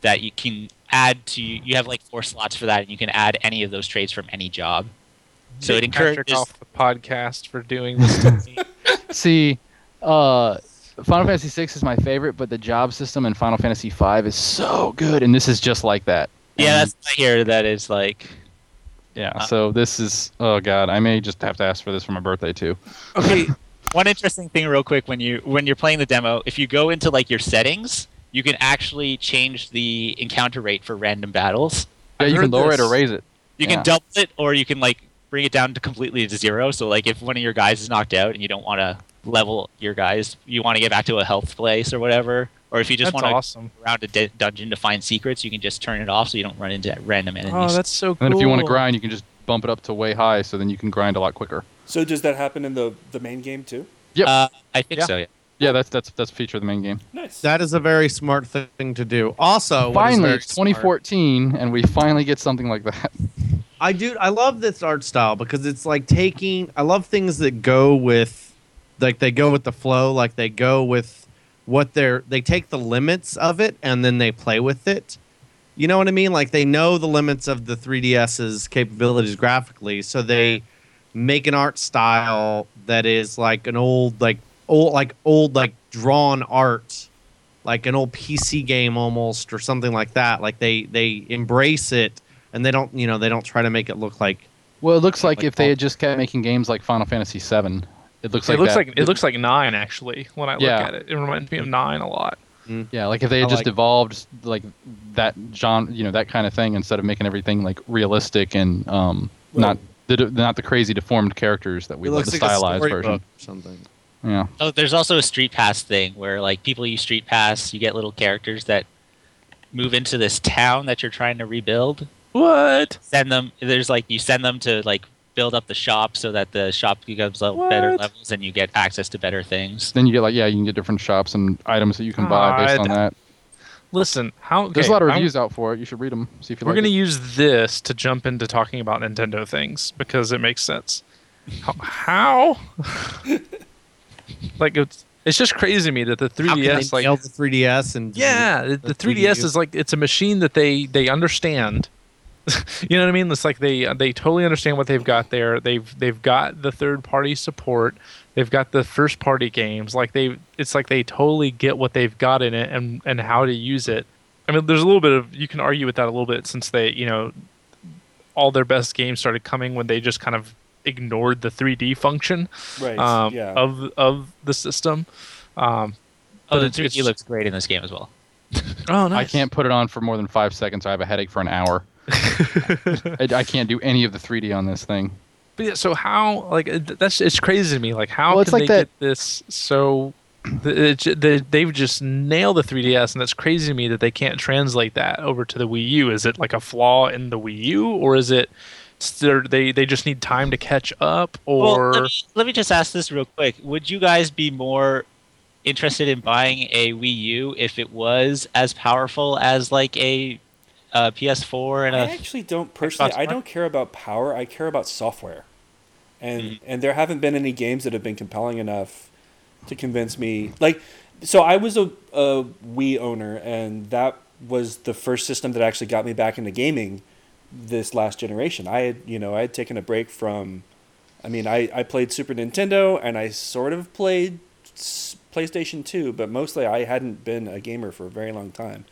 Speaker 5: that you can add to you have like four slots for that and you can add any of those traits from any job so it
Speaker 2: Take Patrick
Speaker 5: encourages
Speaker 2: off the podcast for doing this. To me.
Speaker 4: See, uh, Final Fantasy VI is my favorite, but the job system in Final Fantasy V is so good, and this is just like that.
Speaker 5: Yeah,
Speaker 4: And-
Speaker 5: that's not here. That is like
Speaker 4: yeah. So this is oh god, I may just have to ask for this for my birthday too.
Speaker 5: okay. One interesting thing, real quick, when you when you're playing the demo, if you go into like your settings, you can actually change the encounter rate for random battles.
Speaker 4: Yeah,
Speaker 7: I've
Speaker 4: you can
Speaker 7: heard
Speaker 4: lower it or
Speaker 7: this.
Speaker 4: raise it.
Speaker 5: You
Speaker 4: Yeah.
Speaker 5: can double it, or you can like bring it down to completely to zero. So like if one of your guys is knocked out and you don't want to level your guys, you want to get back to a health place or whatever, or if you just
Speaker 2: that's
Speaker 5: want to
Speaker 2: awesome.
Speaker 5: go around a d- dungeon to find secrets, you can just turn it off so you don't run into random
Speaker 7: Oh,
Speaker 5: enemies.
Speaker 7: that's so
Speaker 4: And
Speaker 7: cool.
Speaker 4: then if you want to grind, you can just bump it up to way high, so then you can grind a lot quicker.
Speaker 3: So does that happen in the the main game too?
Speaker 4: Yep.
Speaker 5: uh, I think
Speaker 4: Yeah.
Speaker 5: so. Yeah.
Speaker 4: yeah, that's that's that's a feature of the main game.
Speaker 3: Nice.
Speaker 6: That is a very smart thing to do. Also, Oh, what is
Speaker 4: Finally,
Speaker 6: very
Speaker 4: it's
Speaker 6: smart-
Speaker 4: 2014, and we finally get something like that.
Speaker 6: I do. I love this art style because it's like taking. I love things that go with, like they go with the flow. Like they go with what they're. They take the limits of it and then they play with it. You know what I mean? Like they know the limits of the 3DS's capabilities graphically, so they make an art style that is like an old, like old, like old, like drawn art, like an old PC game almost or something like that. Like they they embrace it and they don't you know they don't try to make it look like
Speaker 4: Well, it looks like,
Speaker 6: Like
Speaker 4: if they
Speaker 6: all-
Speaker 4: had just kept making games like Final Fantasy VII, it looks
Speaker 2: It
Speaker 4: like
Speaker 2: looks
Speaker 4: that.
Speaker 2: like it looks like nine actually. When I look
Speaker 4: Yeah.
Speaker 2: at it, it reminds me of nine a lot.
Speaker 4: Yeah, like if they had
Speaker 6: I
Speaker 4: just
Speaker 6: like-
Speaker 4: evolved like that genre, you know, that kind of thing instead of making everything like realistic and um,
Speaker 3: Well-
Speaker 4: not the not the crazy deformed characters that we
Speaker 6: it
Speaker 4: love,
Speaker 6: looks
Speaker 4: the
Speaker 6: like
Speaker 4: stylized
Speaker 6: a
Speaker 4: version.
Speaker 6: storybook or something.
Speaker 4: Yeah,
Speaker 5: Oh, there's also a street pass thing where like people use street pass, you get little characters that move into this town that you're trying to rebuild.
Speaker 7: What?
Speaker 5: Send them there's like you send them to like build up the shop so that the shop becomes level, better
Speaker 3: What?
Speaker 5: levels and you get access to better things.
Speaker 4: Then you get like yeah, you can get different shops and items that you can
Speaker 6: Ah,
Speaker 4: buy based on
Speaker 2: God.
Speaker 4: that.
Speaker 2: Listen, how
Speaker 4: There's
Speaker 2: okay,
Speaker 4: a lot of
Speaker 2: I'm-
Speaker 4: reviews out for it. You should read them. See if you
Speaker 2: We're
Speaker 4: like.
Speaker 2: going to
Speaker 4: it.
Speaker 2: use this to jump into talking about Nintendo things because it makes sense. How? how? like it's it's just crazy to me that the
Speaker 6: How can
Speaker 2: 3DS
Speaker 6: they
Speaker 2: like
Speaker 6: nail the 3DS and
Speaker 2: yeah,
Speaker 4: Mm-hmm.
Speaker 2: the, the 3DS is like it's a machine that they they understand. you know what I mean? It's like they they totally understand what they've got there. They've they've got the third party support. They've got the first party games. Like they it's like they totally get what they've got in it and and how to use it. I mean, there's a little bit of you can argue with that a little bit since they, you know, all their best games started coming when they just kind of ignored the 3D function
Speaker 3: Right.
Speaker 2: um,
Speaker 3: yeah.
Speaker 2: of of the system. Um,
Speaker 5: Oh,
Speaker 2: But
Speaker 5: the
Speaker 2: it's-
Speaker 5: 3D
Speaker 2: it's-
Speaker 5: looks great in this game as well.
Speaker 2: oh,
Speaker 4: I can't put it on for more than five seconds. I have a headache for an hour. I, I can't do any of the 3D on this thing.
Speaker 2: But yeah, so how like uh, th- that's it's crazy to me. Like how
Speaker 4: Well, it's
Speaker 2: can
Speaker 4: like
Speaker 2: they
Speaker 4: that-
Speaker 2: get this so? The, it, ju- the, they've just nailed the 3ds, and that's crazy to me that they can't translate that over to the Wii U. Is it like a flaw in the Wii U, or is it s- they're- they they just need time to catch up? Or
Speaker 5: Well, let me, let me just ask this real quick. Would you guys be more interested in buying a Wii U if it was as powerful as like a, uh PS4 and
Speaker 3: I
Speaker 5: a
Speaker 3: actually don't personally. I
Speaker 5: One?
Speaker 3: don't care about power. I care about software, and and there haven't been any games that have been compelling enough to convince me. Like, so I was a, a Wii owner, and that was the first system that actually got me back into gaming this last generation. I had you know I had taken a break from. I mean, I, I played Super Nintendo and I sort of played s- PlayStation 2, but mostly I hadn't been a gamer for a very long time.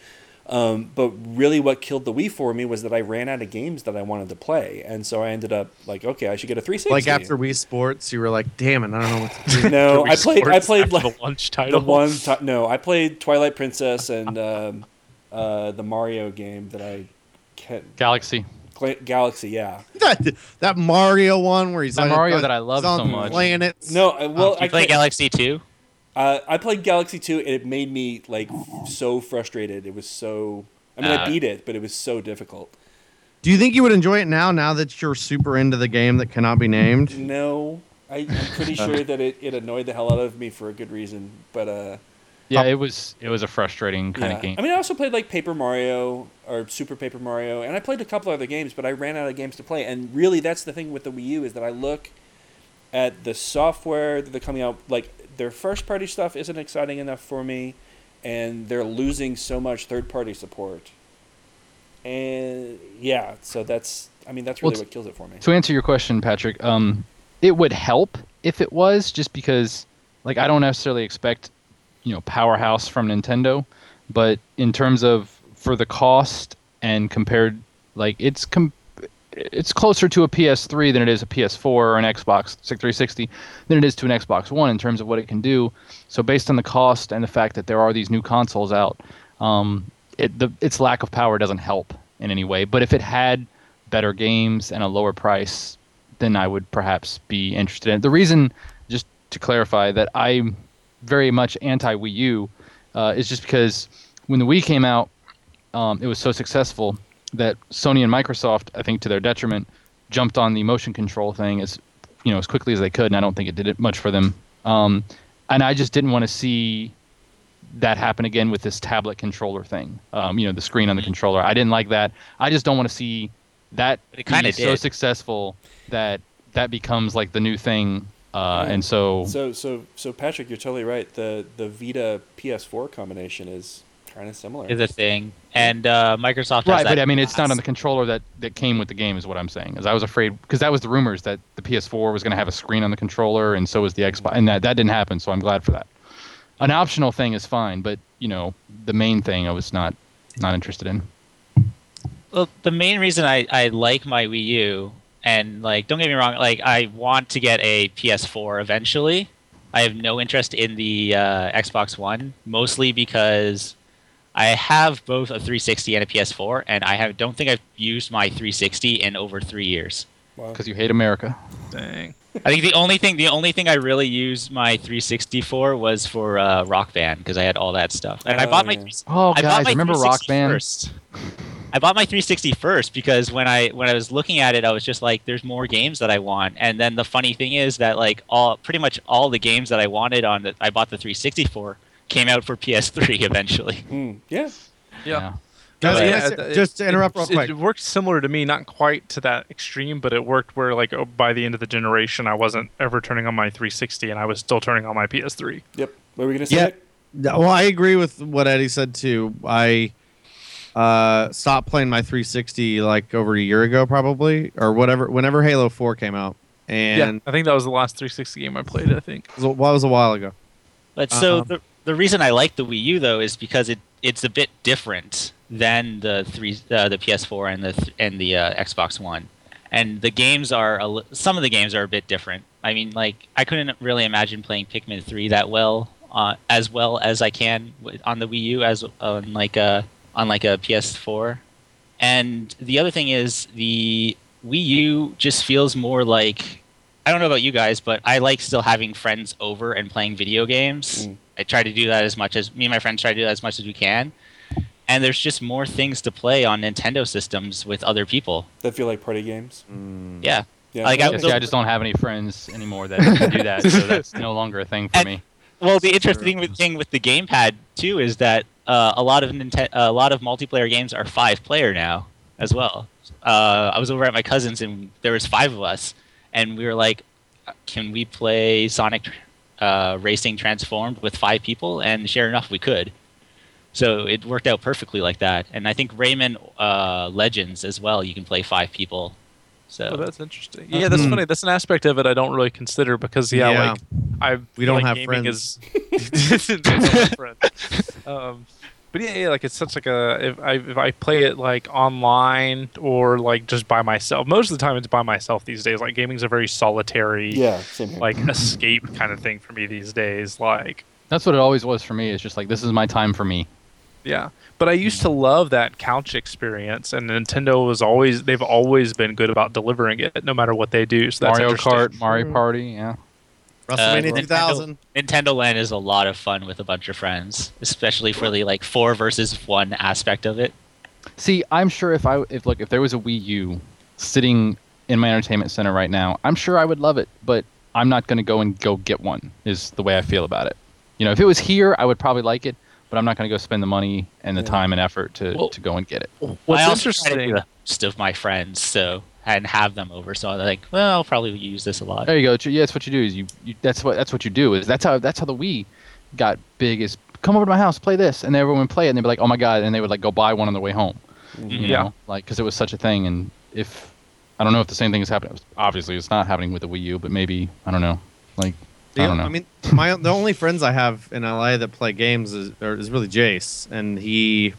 Speaker 3: Um, but really, what killed the Wii for me was that I ran out of games that I wanted to play, and so I ended up like, okay, I should get a 360.
Speaker 6: like after Wii Sports, you were like, damn it, I don't know what to do.
Speaker 3: no, I played I
Speaker 2: Sports
Speaker 3: played
Speaker 2: after
Speaker 3: like
Speaker 2: the launch
Speaker 3: the
Speaker 2: title.
Speaker 3: one ti- no, I played Twilight Princess and um, uh, the Mario game that I can't
Speaker 4: Galaxy.
Speaker 3: Gla- Galaxy, yeah.
Speaker 6: that, that Mario one where he's
Speaker 4: That
Speaker 6: on a-
Speaker 4: Mario that I love
Speaker 6: he's on
Speaker 4: so much.
Speaker 6: Planets.
Speaker 3: No, I- well,
Speaker 5: Oh, Did
Speaker 3: I
Speaker 5: you play
Speaker 3: can't-
Speaker 5: Galaxy 2?
Speaker 3: Uh, I played Galaxy 2 and it made me like so frustrated. It was so I mean I
Speaker 5: Ah.
Speaker 3: beat it, but it was so difficult.
Speaker 6: Do you think you would enjoy it now? Now that you're super into the game that cannot be named.
Speaker 3: No, I, I'm pretty sure that it, it annoyed the hell out of me for a good reason, but uh
Speaker 4: Yeah, it was it was a frustrating kind
Speaker 3: yeah.
Speaker 4: of game.
Speaker 3: I mean I also played like Paper Mario or Super Paper Mario and I played a couple other games, but I ran out of games to play and really that's the thing with the Wii U is that I look at the software that they're coming out like their first party stuff isn't exciting enough for me and they're losing so much third party support and yeah so that's i mean that's
Speaker 4: Well,
Speaker 3: really
Speaker 4: t-
Speaker 3: what kills it for me
Speaker 4: to answer your question, Patrick, um, it would help if it was just because, like, I don't necessarily expect, you know, powerhouse from Nintendo, but in terms of for the cost and compared, like, it's com- it's closer to a PS3 than it is a PS4 or an Xbox 360 than it is to an Xbox One in terms of what it can do. So based on the cost and the fact that there are these new consoles out, um, it, the, its lack of power doesn't help in any way. But if it had better games and a lower price, then I would perhaps be interested in. it. The reason, just to clarify, that I'm very much anti Wii U uh, is just because when the Wii came out, um, it was so successful that Sony and Microsoft, I think to their detriment, jumped on the motion control thing as you know as quickly as they could, and I don't think it did it much for them. Um, and I just didn't want to see that happen again with this tablet controller thing. Um, you know, the screen
Speaker 5: Mm-hmm.
Speaker 4: on the controller. I didn't like that. I just don't want to see that
Speaker 5: But it
Speaker 4: be
Speaker 5: kinda
Speaker 4: so
Speaker 5: did.
Speaker 4: successful that that becomes like the new thing. Uh, And so,
Speaker 3: so so so patrick you're totally right the the vita ps4 combination is kind of similar
Speaker 5: Is a thing. And uh, Microsoft has
Speaker 4: right,
Speaker 5: that
Speaker 4: but I mean, it's not
Speaker 5: class.
Speaker 4: on the controller that that came with the game, is what I'm saying. Is I was afraid because that was the rumors that the PS4 was going to have a screen on the controller, and so was the Xbox, and that that didn't happen. So I'm glad for that. An optional thing is fine, but you know, the main thing I was not not interested in.
Speaker 5: well, the main reason I, I like my Wii U, and like, don't get me wrong, like I want to get a PS4 eventually. I have no interest in the uh, Xbox One, mostly because I have both a 360 and a PS4, and I have don't think I've used my 360 in over three years.
Speaker 3: Wow.
Speaker 4: Because you hate America.
Speaker 2: Dang.
Speaker 5: I think the only thing the only thing I really used my 360 for was for uh, Rock Band because I had all that stuff, and I
Speaker 3: Oh,
Speaker 5: bought my
Speaker 3: yeah.
Speaker 5: 360
Speaker 4: Oh,
Speaker 5: I bought
Speaker 4: guys,
Speaker 5: my
Speaker 4: remember Rock
Speaker 5: 360
Speaker 4: Band?
Speaker 5: First. I bought my 360 first because when I when I was looking at it, I was just like, "There's more games that I want." And then the funny thing is that like all pretty much all the games that I wanted on that I bought the 360 for came out for PS3 eventually.
Speaker 3: Mm, yeah.
Speaker 2: Yeah.
Speaker 6: Guys,
Speaker 2: Uh,
Speaker 6: can I
Speaker 2: yeah,
Speaker 6: say-
Speaker 2: it-
Speaker 6: just to interrupt
Speaker 2: it,
Speaker 6: real quick.
Speaker 2: It worked similar to me, not quite to that extreme, but it worked where like oh, by the end of the generation, I wasn't ever turning on my 360, and I was still turning on my PS3.
Speaker 3: Yep. What were we gonna say?
Speaker 6: Yeah.
Speaker 3: Nick?
Speaker 6: Yeah, well, I agree with what Eddie said too. I uh, stopped playing my 360 like over a year ago, probably, or whatever. Whenever Halo 4 came out, and
Speaker 2: yeah, I think that was the last 360 game I played. I think.
Speaker 6: it was a- well, it was a while ago.
Speaker 5: But so
Speaker 6: Um,
Speaker 5: the the reason I like the Wii U though is because it it's a bit different than the three uh, the PS4 and the th- and the uh, Xbox One, and the games are a, li- some of the games are a bit different. I mean, like I couldn't really imagine playing Pikmin three that well uh, as well as I can wi- on the Wii U as on like a on like a PS4, and the other thing is the Wii U just feels more like I don't know about you guys, but I like still having friends over and playing video games.
Speaker 3: Mm.
Speaker 5: I try to do that as much as me and my friends try to do that as much as we can. And there's just more things to play on Nintendo systems with other people.
Speaker 3: That feel like party games.
Speaker 4: Mm.
Speaker 5: Yeah.
Speaker 3: Yeah.
Speaker 5: Like, I-
Speaker 4: Yeah, see, I just don't have any friends anymore that can do that, so that's no longer a thing for
Speaker 5: And-
Speaker 4: me.
Speaker 5: Well, the interesting with- thing with the gamepad too is that uh, a lot of Nintendo, a lot of multiplayer games are five player now as well. Uh, I was over at my cousin's and there was five of us, and we were like, "Can we play Sonic uh, Racing Transformed with five people?" And sure enough, we could. So it worked out perfectly like that. And I think Rayman uh, Legends as well, you can play five people. So
Speaker 2: Oh, that's interesting. Yeah, that's funny. That's an aspect of it I don't really consider because yeah,
Speaker 6: Hmm. Yeah.
Speaker 2: like I
Speaker 6: We
Speaker 2: feel
Speaker 6: don't
Speaker 2: like
Speaker 6: have
Speaker 2: gaming
Speaker 6: friends.
Speaker 2: Is, I don't have friends. Um, but yeah, yeah, like it's such like a if I if I play it like online or like just by myself. Most of the time, it's by myself these days. Like gaming's a very solitary,
Speaker 3: Yeah. Same here.
Speaker 2: like escape kind of thing for me these days. Like
Speaker 4: That's what it always was for me. It's just like this is my time for me.
Speaker 2: Yeah. But I used
Speaker 6: Hmm.
Speaker 2: to love that couch experience, and Nintendo was always, they've always been good about delivering it, no matter what they do. So that's
Speaker 4: Mario
Speaker 2: interesting.
Speaker 4: Kart, Mario Party, yeah.
Speaker 3: Uh,
Speaker 6: WrestleMania
Speaker 5: Uh, Nintendo-
Speaker 6: 2000.
Speaker 5: Nintendo Land is a lot of fun with a bunch of friends, especially for the like four versus one aspect of it.
Speaker 4: See, I'm sure if I if look if there was a Wii U sitting in my entertainment center right now, I'm sure I would love it, but I'm not going to go and go get one. Is the way I feel about it. You know, if it was here, I would probably like it, but I'm not going to go spend the money and the
Speaker 3: Yeah.
Speaker 4: time and effort to
Speaker 2: Well-
Speaker 4: to go and get it.
Speaker 2: What's
Speaker 5: I also try to
Speaker 2: interesting,
Speaker 5: do the most of my friends, so and have them over. So I'm like, well, I'll probably use this a lot.
Speaker 4: There you go. Tr- Yeah, that's what you do. Is you, you that's what that's what you do. Is that's how that's how the Wii got big. Is come over to my house, play this, and everyone would play it, and they'd be like, oh my god, and they would like go buy one on their way home. You
Speaker 2: Yeah.
Speaker 4: know, like because it was such a thing, and if I don't know if the same thing is happening. Obviously, it's not happening with the Wii U, but maybe I don't know. Like I don't know.
Speaker 6: I mean, my the only friends I have in LA that play games is, or is really Jace, and he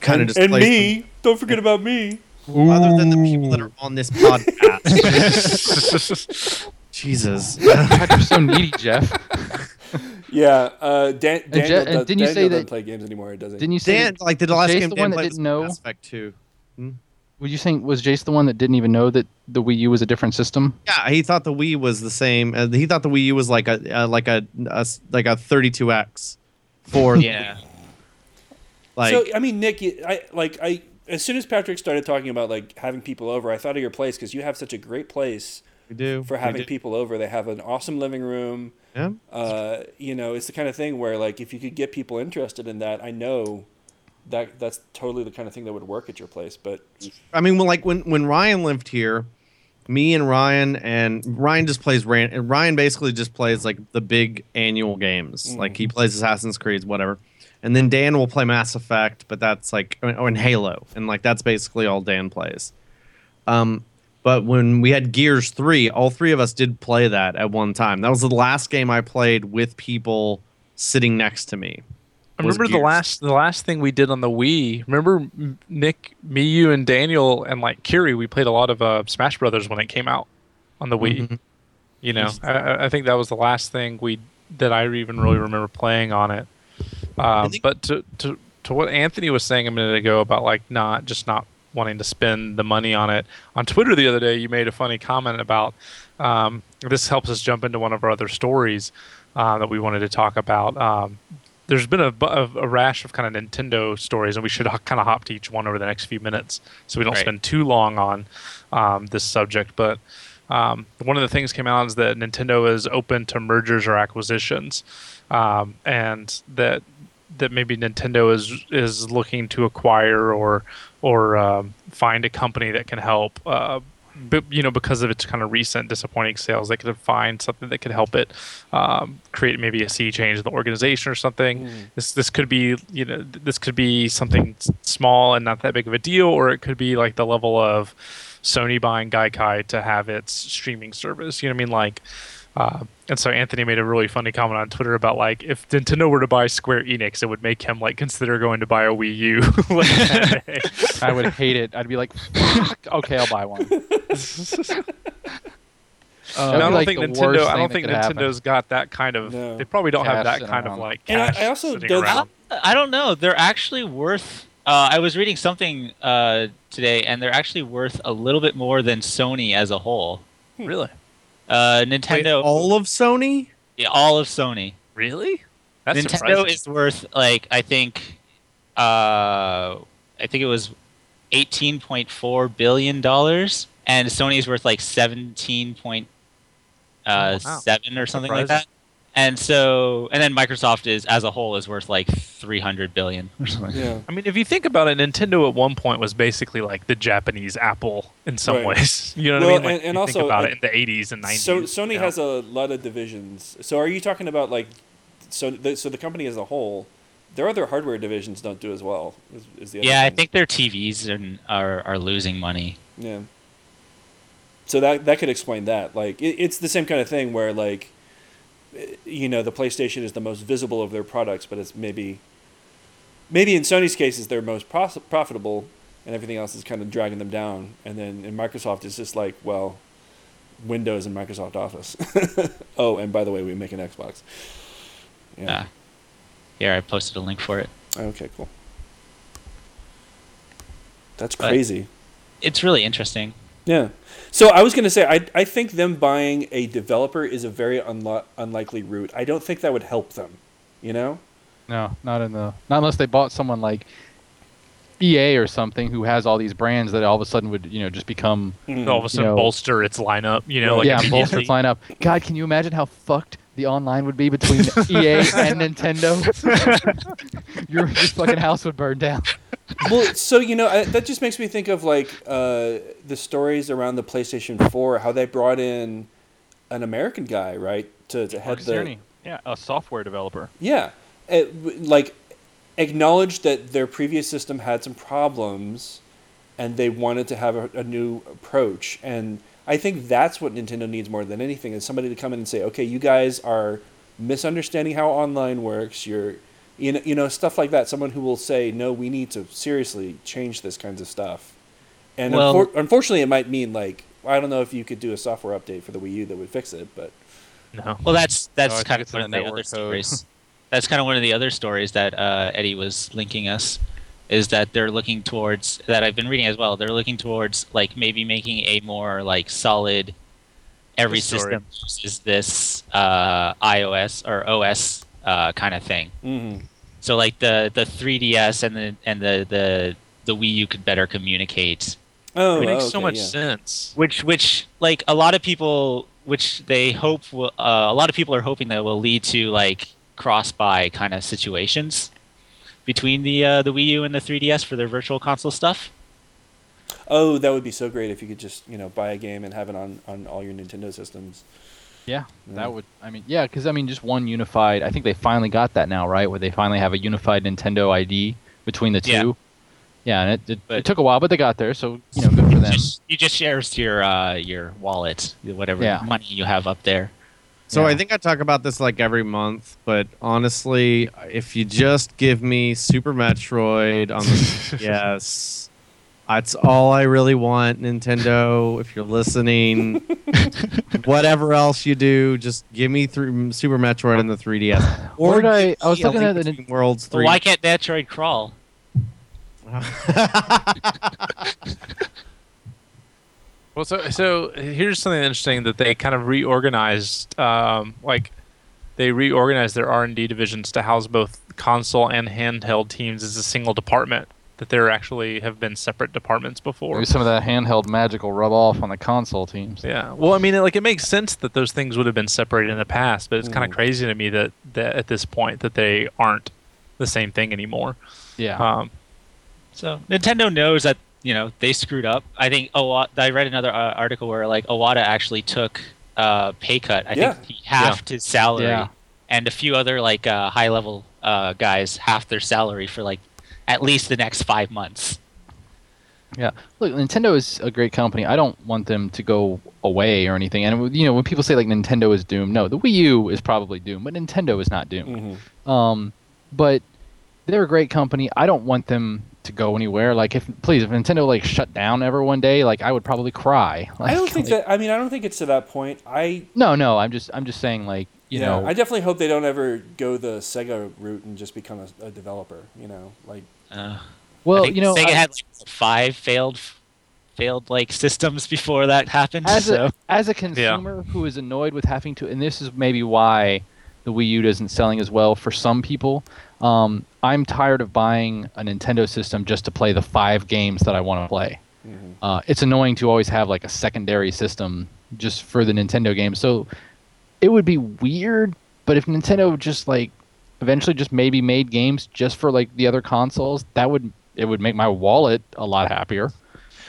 Speaker 6: kind of
Speaker 3: and,
Speaker 6: just
Speaker 3: and
Speaker 6: plays
Speaker 3: me. Don't forget about me.
Speaker 6: them, other than the people that are on this podcast. Jesus,
Speaker 4: God, you're so needy, Jeff.
Speaker 3: Yeah. Uh, Dan, Daniel,
Speaker 4: Je- and
Speaker 3: does,
Speaker 4: didn't you
Speaker 3: Daniel
Speaker 4: say
Speaker 3: doesn't
Speaker 4: that-
Speaker 3: play games anymore, does he?
Speaker 4: Didn't you say?
Speaker 6: Dan, like the last
Speaker 4: Jace
Speaker 6: game,
Speaker 4: the
Speaker 6: Dan
Speaker 4: one that
Speaker 6: played was
Speaker 4: didn't know?
Speaker 6: Mass Effect Two.
Speaker 4: were you saying was Jace the one that didn't even know that the Wii U was a different system?
Speaker 6: Yeah, he thought the Wii was the same. Uh, he thought the Wii U was like a uh, like a, a s- like a 32x for
Speaker 5: Yeah,
Speaker 6: like
Speaker 3: so I mean, Nick, you- I like I as soon as Patrick started talking about like having people over, I thought of your place because you have such a great place
Speaker 6: we do
Speaker 3: for
Speaker 6: we
Speaker 3: having
Speaker 6: do.
Speaker 3: people over. They have an awesome living room.
Speaker 6: Yeah.
Speaker 3: Uh, you know, it's the kind of thing where like if you could get people interested in that, I know that that's totally the kind of thing that would work at your place. But
Speaker 6: I mean, well, like when when Ryan lived here, me and Ryan and Ryan just plays ran and Ryan basically just plays like the big annual games. Like he plays Assassin's Creed, whatever. And then Dan will play Mass Effect, but that's like oh, and Halo, and like that's basically all Dan plays. Um, but when we had Gears three, all three of us did play that at one time. That was the last game I played with people sitting next to me.
Speaker 2: I
Speaker 6: was
Speaker 2: remember the
Speaker 6: Gears.
Speaker 2: last, the last thing we did on the Wii. Remember M- Nick, me, you, and Daniel, and like Kiri, we played a lot of uh, Smash Brothers when it came out on the Wii. You know, I- I, I think that was the last thing we that I even really remember playing on it. Um,
Speaker 6: think-
Speaker 2: but to, to to what Anthony was saying a minute ago about like not just not wanting to spend the money on it on Twitter the other day, you made a funny comment about um, this helps us jump into one of our other stories uh, that we wanted to talk about. Um, there's been a, bu- a, a rash of kind of Nintendo stories, and we should kind of hop to each one over the next few minutes, so we don't
Speaker 5: Right.
Speaker 2: spend too long on um, this subject. But um, one of the things came out is that Nintendo is open to mergers or acquisitions, um, and that that maybe Nintendo is is looking to acquire or or um, find a company that can help. Uh, but, you know, because of its kind of recent disappointing sales, they could find something that could help it um, create maybe a sea change in the organization or something. This this could be you know th- this could be something s- small and not that big of a deal, or it could be like the level of Sony buying Gaikai to have its streaming service. You know what I mean? Like, uh, and so Anthony made a really funny comment on Twitter about like if Nintendo were to buy Square Enix, it would make him like consider going to buy a Wii U. like that day.
Speaker 4: I would hate it. I'd be like, "Fuck, okay, I'll buy one.
Speaker 2: And I don't think Nintendo. I don't think Nintendo's got that kind of.
Speaker 3: No.
Speaker 2: They probably don't have
Speaker 4: Cash
Speaker 2: that
Speaker 4: sitting
Speaker 2: kind of
Speaker 4: around.
Speaker 2: like.
Speaker 3: And I-
Speaker 2: cash
Speaker 3: I also
Speaker 2: sitting
Speaker 3: don't-
Speaker 5: I
Speaker 2: around.
Speaker 5: don't, I don't know. They're actually worth. Uh, I was reading something uh, today, and they're actually worth a little bit more than Sony as a whole.
Speaker 2: Really?
Speaker 5: Uh, Nintendo,
Speaker 6: Wait, all of Sony?
Speaker 5: yeah, all of Sony.
Speaker 2: Really? That's
Speaker 5: Nintendo
Speaker 2: surprising.
Speaker 5: is worth like I think, uh, I think it was eighteen point four billion dollars, and Sony is worth like seventeen point uh,
Speaker 2: Oh, wow.
Speaker 5: seven or something like that.
Speaker 2: Surprising.
Speaker 5: And so, and then Microsoft is as a whole is worth like three hundred billion or something.
Speaker 3: Yeah.
Speaker 2: I mean, if you think about it, Nintendo at one point was basically like the Japanese Apple in some
Speaker 3: Right.
Speaker 2: ways. You know what
Speaker 3: Well,
Speaker 2: I mean? Like,
Speaker 3: and-
Speaker 2: if
Speaker 3: and
Speaker 2: you
Speaker 3: also,
Speaker 2: think about
Speaker 3: uh,
Speaker 2: it in the 80s and 90s.
Speaker 3: So Sony
Speaker 2: you know?
Speaker 3: has a lot of divisions. So are you talking about like, so the, so the company as a whole, their other hardware divisions don't do as well. Is, is the other
Speaker 5: Yeah, I
Speaker 3: thing.
Speaker 5: think their TVs are are, are losing money.
Speaker 3: Yeah. So that that could explain that. Like it, it's the same kind of thing where like, eh, you know, the PlayStation is the most visible of their products, but it's maybe, maybe in Sony's case, it's their most pros- profitable, and everything else is kind of dragging them down. And then in Microsoft, it's just like well. Windows and Microsoft Office. oh, and by the way, we make an Xbox.
Speaker 5: Yeah. Uh, Here, I posted a link for it.
Speaker 3: Okay, cool. That's
Speaker 5: But-
Speaker 3: crazy.
Speaker 5: It's really interesting.
Speaker 3: Yeah. So I was going to say, I, I think them buying a developer is a very unlo- unlikely route. I don't think that would help them, you know?
Speaker 4: No, not in the. Not unless they bought someone like EA or something who has all these brands that all of a sudden would you know just become
Speaker 2: all of a sudden
Speaker 4: know-
Speaker 2: bolster its lineup, you know, like E
Speaker 4: yeah bolster
Speaker 2: immediately.
Speaker 4: its lineup. God, can you imagine how fucked the online would be between EA and Nintendo? your, your fucking house would burn down.
Speaker 3: well, so, you know, I, that just makes me think of like uh, the stories around the PlayStation 4, how they brought in an American guy, right? To, to head the.
Speaker 4: yeah, a software developer.
Speaker 3: Yeah. It, w- like, acknowledged that their previous system had some problems and they wanted to have a, a new approach. And I think that's what Nintendo needs more than anything is somebody to come in and say, okay, you guys are misunderstanding how online works. You're, you know, you know, stuff like that. Someone who will say, no, we need to seriously change this kinds of stuff. And
Speaker 5: Well-
Speaker 3: unfor- unfortunately, it might mean like, I don't know if you could do a software update for the Wii U that would fix it, but
Speaker 2: No.
Speaker 5: Well, that's that's
Speaker 4: Oh, I think
Speaker 5: kind of
Speaker 4: it's
Speaker 5: one
Speaker 4: in
Speaker 5: of
Speaker 4: the
Speaker 5: the other
Speaker 4: network code.
Speaker 5: stories. that's kind of one of the other stories that uh, Eddie was linking us, is that they're looking towards that I've been reading as well. They're looking towards like maybe making a more like solid. Every
Speaker 2: Good story.
Speaker 5: system uses this uh, iOS or OS uh, kind of thing.
Speaker 2: Mm-hmm.
Speaker 5: So like the the 3DS and the and the the the Wii U could better communicate
Speaker 3: oh,
Speaker 2: it makes
Speaker 3: oh,
Speaker 2: so
Speaker 3: okay,
Speaker 2: much
Speaker 3: yeah.
Speaker 2: sense.
Speaker 5: which which like a lot of people which they hope will, uh, a lot of people are hoping that will lead to like cross buy kind of situations between the uh, the Wii U and the 3DS for their virtual console stuff.
Speaker 3: Oh, that would be so great if you could just you know buy a game and have it on on all your Nintendo systems.
Speaker 4: Yeah,
Speaker 3: Yeah.
Speaker 4: that would. I mean, yeah, because I mean, just one unified. I think they finally got that now, right? Where they finally have a unified Nintendo ID between the two.
Speaker 5: Yeah.
Speaker 4: Yeah, and it, it,
Speaker 5: But-
Speaker 4: it took a while, but they got there. So you know, good for them.
Speaker 5: Just, you just shares your uh, your wallet, whatever
Speaker 4: Yeah.
Speaker 5: money you have up there.
Speaker 6: So I
Speaker 4: Yeah.
Speaker 6: think I talk about this like every month, but honestly, if you just give me Super Metroid on the yes, that's all I really want. Nintendo, if you're listening, whatever else you do, just give me through Super Metroid on the 3DS.
Speaker 4: Or did I-
Speaker 6: give
Speaker 4: I was
Speaker 6: me a
Speaker 4: looking
Speaker 6: Link
Speaker 4: at the Nin-
Speaker 6: Between Worlds
Speaker 5: Well,
Speaker 6: three.
Speaker 5: why can't Metroid crawl?
Speaker 2: Well, so so here's something interesting that they kind of reorganized, um, like they reorganized their R and D divisions to house both console and handheld teams as a single department. That there actually have been separate departments before.
Speaker 4: Maybe some of that handheld magic will rub off on the console teams.
Speaker 2: Yeah. Well, I mean, it, like it makes sense that those things would have been separated in the past, but it's kind
Speaker 3: Mm.
Speaker 2: of crazy to me that, that at this point that they aren't the same thing anymore.
Speaker 4: Yeah.
Speaker 2: Um,
Speaker 5: So Nintendo knows that you know they screwed up. I think Iwata, I read another uh, article where like Awada actually took uh, pay cut. I
Speaker 3: Yeah.
Speaker 5: think he halved his salary,
Speaker 4: Yeah.
Speaker 5: and a few other like uh, high level uh, guys half their salary for like at least the next five months.
Speaker 4: Yeah, look, Nintendo is a great company. I don't want them to go away or anything. And you know, when people say like Nintendo is doomed, no, the Wii U is probably doomed, but Nintendo is not doomed.
Speaker 2: Mm-hmm.
Speaker 3: Mhm.
Speaker 4: Um, but they're a great company. I don't want them to go anywhere. Like, if please, if Nintendo like shut down ever one day, like I would probably cry. Like,
Speaker 3: I don't think
Speaker 4: like-
Speaker 3: that. I mean, I don't think it's to that point. I
Speaker 4: No, no, I'm just, I'm just saying, like, you
Speaker 3: yeah,
Speaker 4: know,
Speaker 3: I definitely hope they don't ever go the Sega route and just become a, a developer. You know, like
Speaker 5: Uh, I
Speaker 4: well,
Speaker 5: think
Speaker 4: you know,
Speaker 5: Sega
Speaker 4: I-
Speaker 5: had like five failed failed like systems before that happened.
Speaker 4: as
Speaker 5: so.
Speaker 4: a as a consumer who is annoyed with having to, and this is maybe why the Wii U isn't selling as well for some people. Um, I'm tired of buying a Nintendo system just to play the five games that I want to play.
Speaker 2: Mm-hmm.
Speaker 4: Uh, it's annoying to always have like a secondary system just for the Nintendo games. So it would be weird, but if Nintendo just like eventually just maybe made games just for like the other consoles, that would it would make my wallet a lot happier.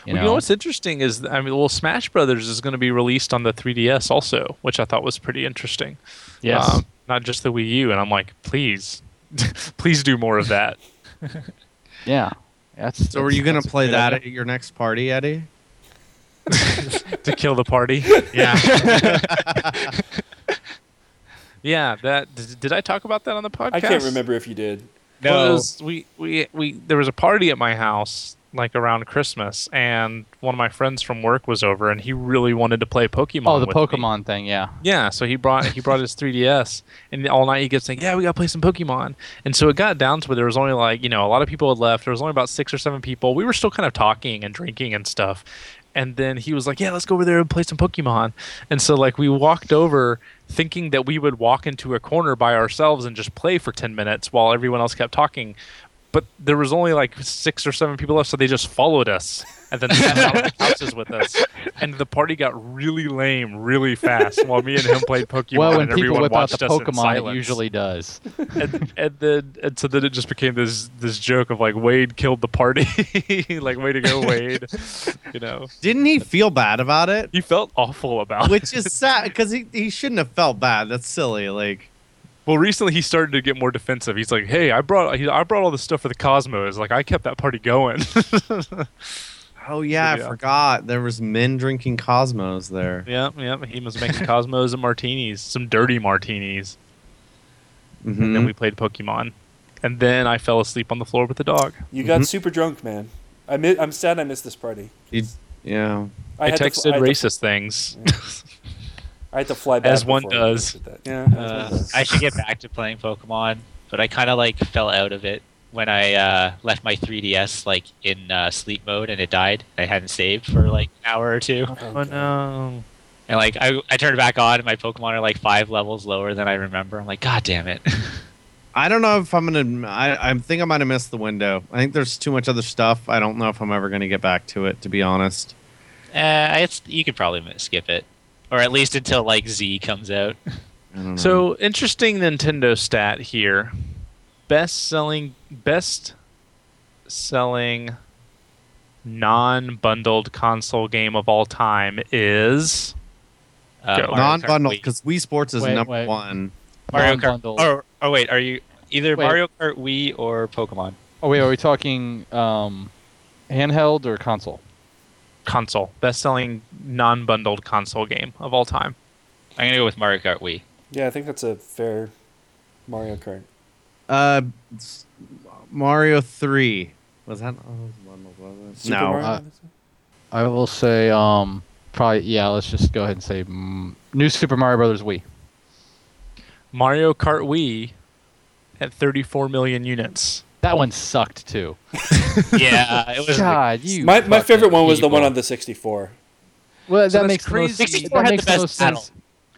Speaker 4: You
Speaker 2: well,
Speaker 4: know?
Speaker 2: you know what's interesting is I mean, well, Smash Brothers is going to be released on the 3DS also, which I thought was pretty interesting. Um,
Speaker 4: Yes.
Speaker 2: not just the Wii U, and I'm like, please, please do more of that.
Speaker 4: yeah. That's
Speaker 6: So are you gonna
Speaker 4: that's a
Speaker 6: play
Speaker 4: great
Speaker 6: that
Speaker 4: idea.
Speaker 6: at your next party, Eddie?
Speaker 2: to kill the party.
Speaker 6: Yeah.
Speaker 2: Yeah, that did, did I talk about that on the podcast?
Speaker 3: I can't remember if you did.
Speaker 2: Well, it
Speaker 5: No.
Speaker 2: was- we, we we there was a party at my house like around Christmas, and one of my friends from work was over, and he really wanted to play Pokemon.
Speaker 4: Oh, the
Speaker 2: with me.
Speaker 4: Pokemon thing, yeah.
Speaker 2: Yeah, so he brought he brought his 3DS, and all night he kept saying, "Yeah, we gotta play some Pokemon." And so it got down to where there was only like you know a lot of people had left. There was only about six or seven people. We were still kind of talking and drinking and stuff. And then he was like, "Yeah, let's go over there and play some Pokemon." And so like we walked over, thinking that we would walk into a corner by ourselves and just play for ten minutes while everyone else kept talking. But there was only like six or seven people left, so they just followed us and then sat out on the couches with us. And the party got really lame really fast while me and him played Pokemon.
Speaker 4: well, when
Speaker 2: and
Speaker 4: people
Speaker 2: everyone
Speaker 4: whip out
Speaker 2: watched
Speaker 4: the
Speaker 2: us in
Speaker 4: Pokemon, it
Speaker 2: silence.
Speaker 4: usually does.
Speaker 2: and, and then and so then it just became this this joke of like Wade killed the party, like way to go Wade, you know.
Speaker 6: Didn't he feel bad about it?
Speaker 2: He felt awful about it.
Speaker 6: Which is sad because he, he shouldn't have felt bad. That's silly. Like
Speaker 2: Well, recently he started to get more defensive. He's like, "Hey, I brought he, I brought all this stuff for the Cosmos. Like I kept that party going."
Speaker 6: Oh yeah,
Speaker 2: Yeah.
Speaker 6: I forgot there was men drinking Cosmos there.
Speaker 2: yeah, yeah. He was making Cosmos and martinis, some dirty martinis. And then
Speaker 6: Mhm.
Speaker 2: we played Pokemon, and then I fell asleep on the floor with the dog.
Speaker 3: You got super drunk, man. I mi- I'm sad I missed this party.
Speaker 6: You- yeah.
Speaker 2: I,
Speaker 3: had to fl-
Speaker 2: texted
Speaker 3: I had to-
Speaker 2: racist things.
Speaker 3: I had to fly back.
Speaker 2: As one
Speaker 3: before I
Speaker 2: does.
Speaker 3: did that. Yeah. as one
Speaker 5: Uh,
Speaker 3: does.
Speaker 5: I should get back to playing Pokemon, but I kind of like fell out of it when I uh, left my 3DS like in uh, sleep mode and it died. I hadn't saved for like an hour or two,
Speaker 3: Oh,
Speaker 2: oh
Speaker 3: God.
Speaker 2: no!
Speaker 5: and like I, I turned it back on and my Pokemon are like five levels lower than I remember. I'm like, God damn it!
Speaker 6: I don't know if I'm gonna. I, I think I might have missed the window. I think there's too much other stuff. I don't know if I'm ever gonna get back to it. To be honest.
Speaker 5: uh, it's you could probably mi- skip it, or at least until like Z comes out.
Speaker 6: I don't know.
Speaker 2: So interesting Nintendo stat here. Best selling best selling non bundled console game of all time is
Speaker 5: Uh,
Speaker 2: Go.
Speaker 5: Mario Kart
Speaker 6: non-bundled
Speaker 5: Wii.
Speaker 6: because Wii Sports is
Speaker 4: Wait,
Speaker 6: number
Speaker 4: wait.
Speaker 6: one.
Speaker 5: Mario Kart.
Speaker 4: Non-bundled.
Speaker 5: Or, or wait, are you either
Speaker 4: Wait.
Speaker 5: Mario Kart Wii or Pokemon?
Speaker 4: Oh wait, are we talking um, handheld or console?
Speaker 2: console. Best selling non bundled console game of all time.
Speaker 5: I'm gonna go with Mario Kart Wii.
Speaker 3: Yeah, I think that's a fair Mario Kart.
Speaker 6: Uh, s- Mario three was that? Oh, it was bundled, wasn't it?
Speaker 3: Super
Speaker 6: no,
Speaker 3: Mario?
Speaker 4: uh, I will say um, probably yeah. Let's just go ahead and say mm, New Super Mario Brothers Wii.
Speaker 2: Mario Kart Wii at thirty four million units.
Speaker 4: That one sucked too.
Speaker 5: Yeah, it was.
Speaker 4: God, you.
Speaker 3: my my
Speaker 4: fucking
Speaker 3: favorite one was the
Speaker 4: people.
Speaker 3: one on the 64.
Speaker 4: Well,
Speaker 2: So that's
Speaker 4: that makes the most-
Speaker 2: crazy.
Speaker 4: that
Speaker 5: 64 had
Speaker 4: makes
Speaker 5: the best
Speaker 4: no sense.
Speaker 5: battle.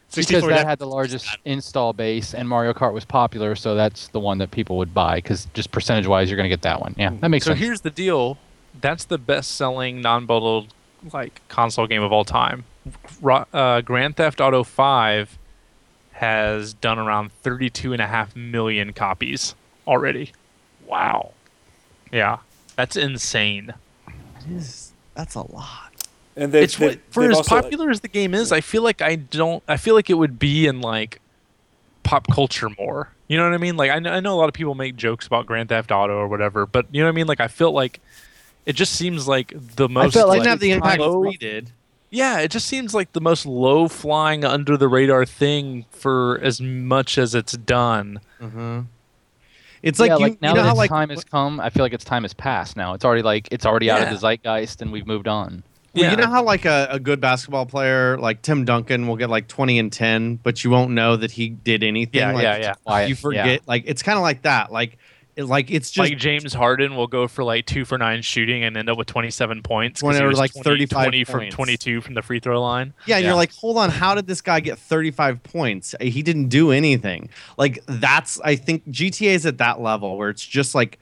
Speaker 4: because
Speaker 5: 64
Speaker 4: that had the largest install base, and Mario Kart was popular, so that's the one that people would buy because just percentage wise, you're going to get that one. Yeah, that makes
Speaker 2: so
Speaker 4: sense.
Speaker 2: here's the deal. That's the best-selling non-bundled like console game of all time. Ro- uh, Grand Theft Auto 5 has done around 32 and a half million copies already. Wow. Yeah. That's insane.
Speaker 6: That's a lot.
Speaker 3: And they,
Speaker 2: it's what for as popular as the game is, I feel like I don't. I feel like it would be in like pop culture more. You know what I mean? Like I know, I know a lot of people make jokes about Grand Theft Auto or whatever, but you know what I mean? Like I felt like it just seems like the most.
Speaker 4: felt
Speaker 6: It
Speaker 4: like
Speaker 6: didn't have the impact
Speaker 2: low-
Speaker 6: three did.
Speaker 2: yeah, it just seems like the most low flying under the radar thing for as much as it's done. Uh-huh.
Speaker 6: It's like,
Speaker 4: yeah,
Speaker 6: you,
Speaker 4: like now
Speaker 6: you know
Speaker 4: that
Speaker 6: how
Speaker 4: its
Speaker 6: like
Speaker 4: time has come, I feel like its time has passed. Now it's already like it's already out of
Speaker 2: Yeah.
Speaker 4: the zeitgeist, and we've moved on.
Speaker 6: Well,
Speaker 2: Yeah.
Speaker 6: you know how like a, a good basketball player like Tim Duncan will get like 20 and 10, but you won't know that he did anything.
Speaker 2: Yeah,
Speaker 6: like,
Speaker 2: yeah, yeah.
Speaker 4: Quiet,
Speaker 6: You
Speaker 4: yeah.
Speaker 6: forget. Like it's kind of like that. Like it, like it's just
Speaker 2: like James Harden will go for like two for nine shooting and end up with 27 points. 'cause
Speaker 6: When
Speaker 2: he
Speaker 6: there were,
Speaker 2: was
Speaker 6: like,
Speaker 2: 20
Speaker 6: 35
Speaker 2: 20 from
Speaker 6: points.
Speaker 2: 22 from the free throw line.
Speaker 6: yeah, and
Speaker 4: yeah.
Speaker 6: you're like, "Hold on, how did this guy get 35 points? Uh, He didn't do anything." Like that's I think GTA is at that level where it's just like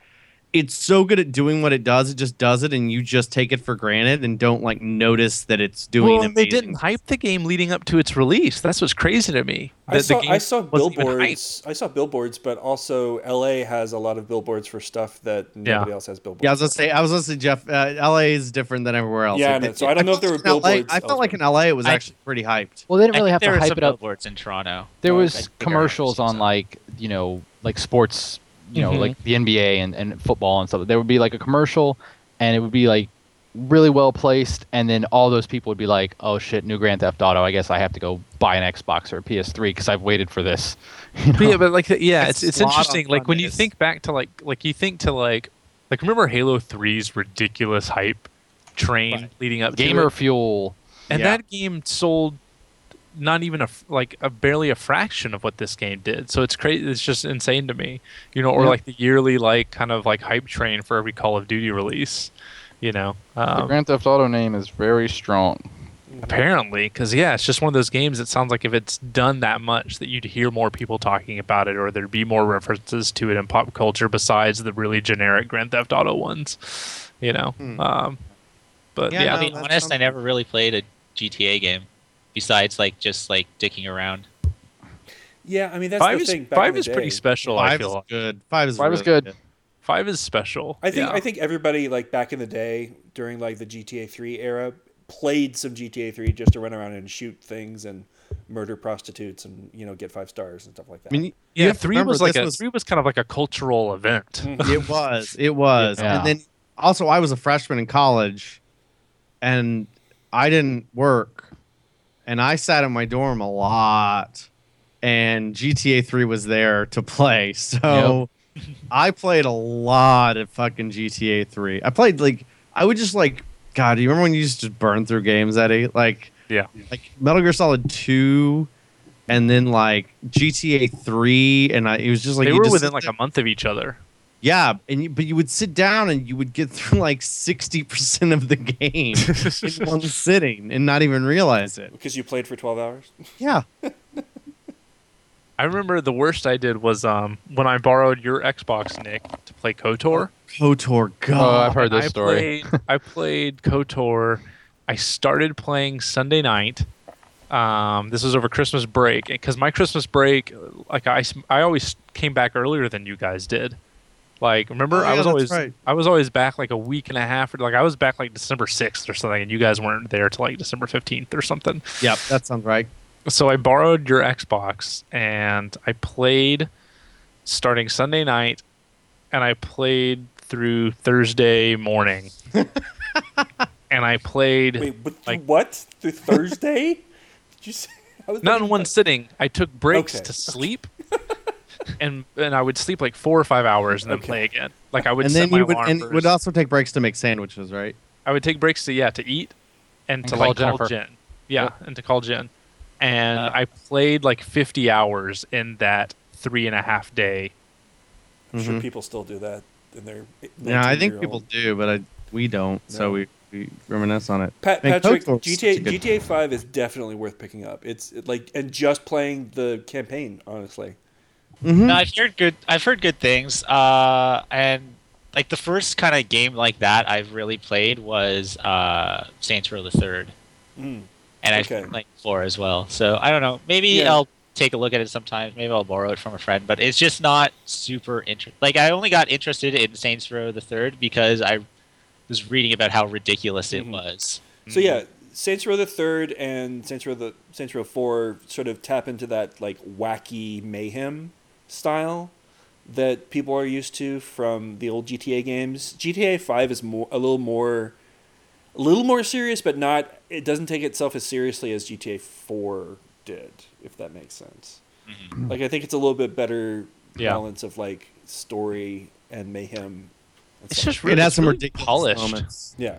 Speaker 6: it's so good at doing what it does, it just does it and you just take it for granted and don't like notice that it's doing
Speaker 2: well, and they
Speaker 6: amazing
Speaker 2: didn't hype the game leading up to its release. That's what's crazy to me.
Speaker 3: I
Speaker 2: that the
Speaker 3: saw,
Speaker 2: game
Speaker 3: I saw
Speaker 2: wasn't even
Speaker 3: billboards. I saw billboards, but also LA has a lot of billboards for stuff that nobody else has billboards.
Speaker 6: Yeah, I was gonna say, I was gonna say, Jeff, uh, LA is different than everywhere else.
Speaker 3: Yeah,
Speaker 6: Like,
Speaker 3: and
Speaker 6: they-
Speaker 3: it- so I don't know if there were
Speaker 6: felt in LA
Speaker 3: billboards
Speaker 6: I felt like in
Speaker 3: elsewhere.
Speaker 6: LA it was
Speaker 5: I-
Speaker 6: actually pretty hyped.
Speaker 4: Well, they didn't
Speaker 5: I
Speaker 4: really
Speaker 5: think
Speaker 4: have
Speaker 5: there
Speaker 4: to
Speaker 5: were
Speaker 4: hype
Speaker 5: some
Speaker 4: it up.
Speaker 5: billboards in Toronto.
Speaker 4: There
Speaker 5: I
Speaker 4: was
Speaker 5: think there are
Speaker 4: commercials
Speaker 5: some.
Speaker 4: on like you know like sports, you know
Speaker 2: Mhm.
Speaker 4: like the NBA and, and football and stuff. There would be like a commercial, and it would be like really well placed, and then all those people would be like, "Oh shit, new Grand Theft Auto! I guess I have to go buy an Xbox or a PS3 because I've waited for this." You know?
Speaker 2: But yeah, but like the- yeah, it's
Speaker 6: It's
Speaker 2: it's
Speaker 6: a lot on
Speaker 2: interesting. Like when you
Speaker 6: Sundays.
Speaker 2: think back to like like you think to like like remember Halo 3's ridiculous hype train leading up to
Speaker 4: Gamer
Speaker 2: it?
Speaker 4: Fuel.
Speaker 2: and
Speaker 6: yeah.
Speaker 2: that game sold not even a f- like a barely a fraction of what this game did. So it's crazy. It's just insane to me, you know. Or
Speaker 4: Yeah.
Speaker 2: like the yearly like kind of like hype train for every Call of Duty release, you know.
Speaker 4: the
Speaker 2: Um,
Speaker 4: Grand Theft Auto name is very strong.
Speaker 2: apparently because yeah it's just one of those games that sounds like if it's done that much that you'd hear more people talking about it or there'd be more references to it in pop culture besides the really generic grand theft auto ones you know um, but
Speaker 6: Yeah,
Speaker 2: yeah,
Speaker 6: no,
Speaker 5: I'll be
Speaker 6: that's
Speaker 5: honest, I
Speaker 6: something.
Speaker 5: never really played a GTA game besides like just like dicking around.
Speaker 3: yeah. I mean that's
Speaker 2: five
Speaker 3: the
Speaker 2: is,
Speaker 3: thing. Back in
Speaker 2: five
Speaker 3: the
Speaker 2: is pretty
Speaker 3: day.
Speaker 2: special i
Speaker 6: Five
Speaker 2: feel
Speaker 6: is
Speaker 2: like.
Speaker 6: good. Five is
Speaker 4: Five is
Speaker 6: really
Speaker 4: good.
Speaker 2: five is special
Speaker 3: I think
Speaker 2: yeah.
Speaker 3: I think everybody like back in the day during like the GTA 3 era played some GTA 3 just to run around and shoot things and murder prostitutes and you know get five stars and stuff like that.
Speaker 6: I mean, you
Speaker 2: yeah
Speaker 6: have to
Speaker 2: three
Speaker 6: remember
Speaker 2: was like
Speaker 6: this
Speaker 2: a three was kind of like a cultural
Speaker 3: Hmm.
Speaker 2: event
Speaker 3: Mm-hmm.
Speaker 6: it was, it was,
Speaker 4: Yeah.
Speaker 6: and then also I was a freshman in college, and I didn't work, and I sat in my dorm a lot, and GTA Three was there to play, so I played a lot of fucking GTA Three. I played like I would just like God. Do you remember when you used to burn through games, Eddie? Like
Speaker 2: yeah
Speaker 6: like Metal Gear Solid Two, and then like GTA Three, and I, it was just like
Speaker 2: they
Speaker 6: you
Speaker 2: were
Speaker 6: just
Speaker 2: within
Speaker 6: sit
Speaker 2: like
Speaker 6: there-
Speaker 2: a month of each other
Speaker 6: yeah, and you, but you would sit down and you would get through like sixty percent of the game in one sitting and not even realize it.
Speaker 3: because you played for 12 hours.
Speaker 6: Yeah,
Speaker 2: I remember the worst I did was um, when I borrowed your Xbox, Nick, to play KOTOR.
Speaker 6: KOTOR,
Speaker 4: Oh, I've
Speaker 6: God,
Speaker 4: heard this
Speaker 2: I
Speaker 4: story.
Speaker 2: Played, I played KOTOR. I started playing Sunday night. Um, this was over Christmas break because my Christmas break, like I, s- I always came back earlier than you guys did. Like remember,
Speaker 6: Oh, yeah,
Speaker 2: I was
Speaker 6: that's
Speaker 2: always
Speaker 6: right.
Speaker 2: I was always back like a week and a half, or like I was back like December sixth or something, and you guys weren't there till like December fifteenth or something
Speaker 6: yep, that sounds right.
Speaker 2: so I borrowed your Xbox and I played starting Sunday night and I played through Thursday morning. and I played
Speaker 3: Wait, but
Speaker 2: Like-
Speaker 3: what? Through Thursday? Did you say? I was
Speaker 2: not in one sitting. I took breaks
Speaker 3: Okay.
Speaker 2: to sleep. and and I would sleep like 4 or 5 hours and then
Speaker 3: Okay.
Speaker 2: play again. Like I would
Speaker 6: and
Speaker 2: set
Speaker 6: then
Speaker 2: my
Speaker 6: you would,
Speaker 2: alarm
Speaker 6: and
Speaker 2: for-
Speaker 6: would also take breaks to make sandwiches, right?
Speaker 2: I would take breaks to yeah to eat and,
Speaker 4: And
Speaker 2: to
Speaker 4: call
Speaker 2: like
Speaker 4: Jennifer.
Speaker 2: call Jen. Yeah, and to call Jen. And I played like 50 hours in that three and a half day.
Speaker 3: I'm sure people still do that in their.
Speaker 6: Mm-hmm. Yeah, I think
Speaker 3: 19-year-old.
Speaker 6: people do, but I, we don't. So
Speaker 3: No.
Speaker 6: we we reminisce on it.
Speaker 3: Pat,
Speaker 6: Man,
Speaker 3: Patrick,
Speaker 6: Kotor's such
Speaker 3: GTA
Speaker 6: a good-
Speaker 3: GTA Five is definitely worth picking up. It's it, like and just playing the campaign, honestly. Mm-hmm.
Speaker 6: Mhm.
Speaker 5: No, I've heard good. I've heard good things. Uh, and like the first kind of game like that I've really played was uh, Saints Row the Third,
Speaker 3: Mm.
Speaker 5: and
Speaker 3: Okay.
Speaker 5: I've like four as well. So I don't know. Maybe
Speaker 3: Yeah.
Speaker 5: I'll take a look at it sometimes. Maybe I'll borrow it from a friend. But it's just not super interesting. Like I only got interested in Saints Row the Third because I was reading about how ridiculous it
Speaker 3: Mhm.
Speaker 5: was.
Speaker 3: So yeah, Saints Row the Third and Saints Row the Saints Row Four sort of tap into that like wacky mayhem style that people are used to from the old GTA games. GTA Five is more a little more a little more serious, but not. It doesn't take itself as seriously as GTA Four did, if that makes sense. Like I think it's a little bit better
Speaker 8: Yeah.
Speaker 3: balance of like story and mayhem. and
Speaker 8: It's
Speaker 3: stuff.
Speaker 8: just really,
Speaker 6: It has
Speaker 8: it's
Speaker 6: some
Speaker 8: really
Speaker 6: ridiculous
Speaker 8: polished.
Speaker 6: moments.
Speaker 3: Yeah.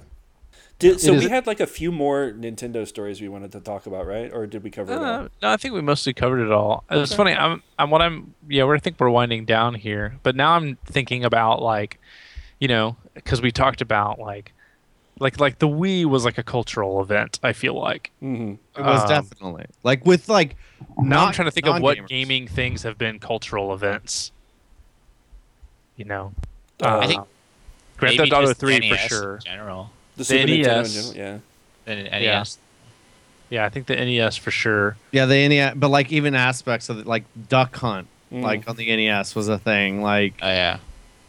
Speaker 3: Did, so
Speaker 4: It is-
Speaker 3: we had like a few more Nintendo stories we wanted to talk about, right? Or did we cover it all?
Speaker 2: Uh, no, I think we mostly covered it all. It's funny. I'm, I'm what I'm. Yeah, we're, I think we're winding down here, but now I'm thinking about like, you know, because we talked about like, like like the Wii was like a cultural event. I feel like
Speaker 3: Mm-hmm.
Speaker 6: It was
Speaker 2: Um,
Speaker 6: definitely like with like.
Speaker 2: now I'm
Speaker 6: not-
Speaker 2: trying to think of what
Speaker 6: non-gamers.
Speaker 2: gaming things have been cultural events. You know,
Speaker 5: I
Speaker 2: Uh,
Speaker 5: think
Speaker 2: Grand
Speaker 5: maybe
Speaker 2: Theft Auto
Speaker 5: just E
Speaker 2: Three
Speaker 5: NES
Speaker 2: for sure.
Speaker 5: In general
Speaker 3: The Super Nintendo in
Speaker 2: NES.
Speaker 3: general, yeah.
Speaker 5: than E an
Speaker 2: Yeah.
Speaker 5: NES.
Speaker 2: Yeah, I think the NES for sure.
Speaker 6: Yeah, the NES, but like even aspects of it, like Duck Hunt,
Speaker 3: Mm.
Speaker 6: like on the NES was a thing. Like
Speaker 5: Oh yeah.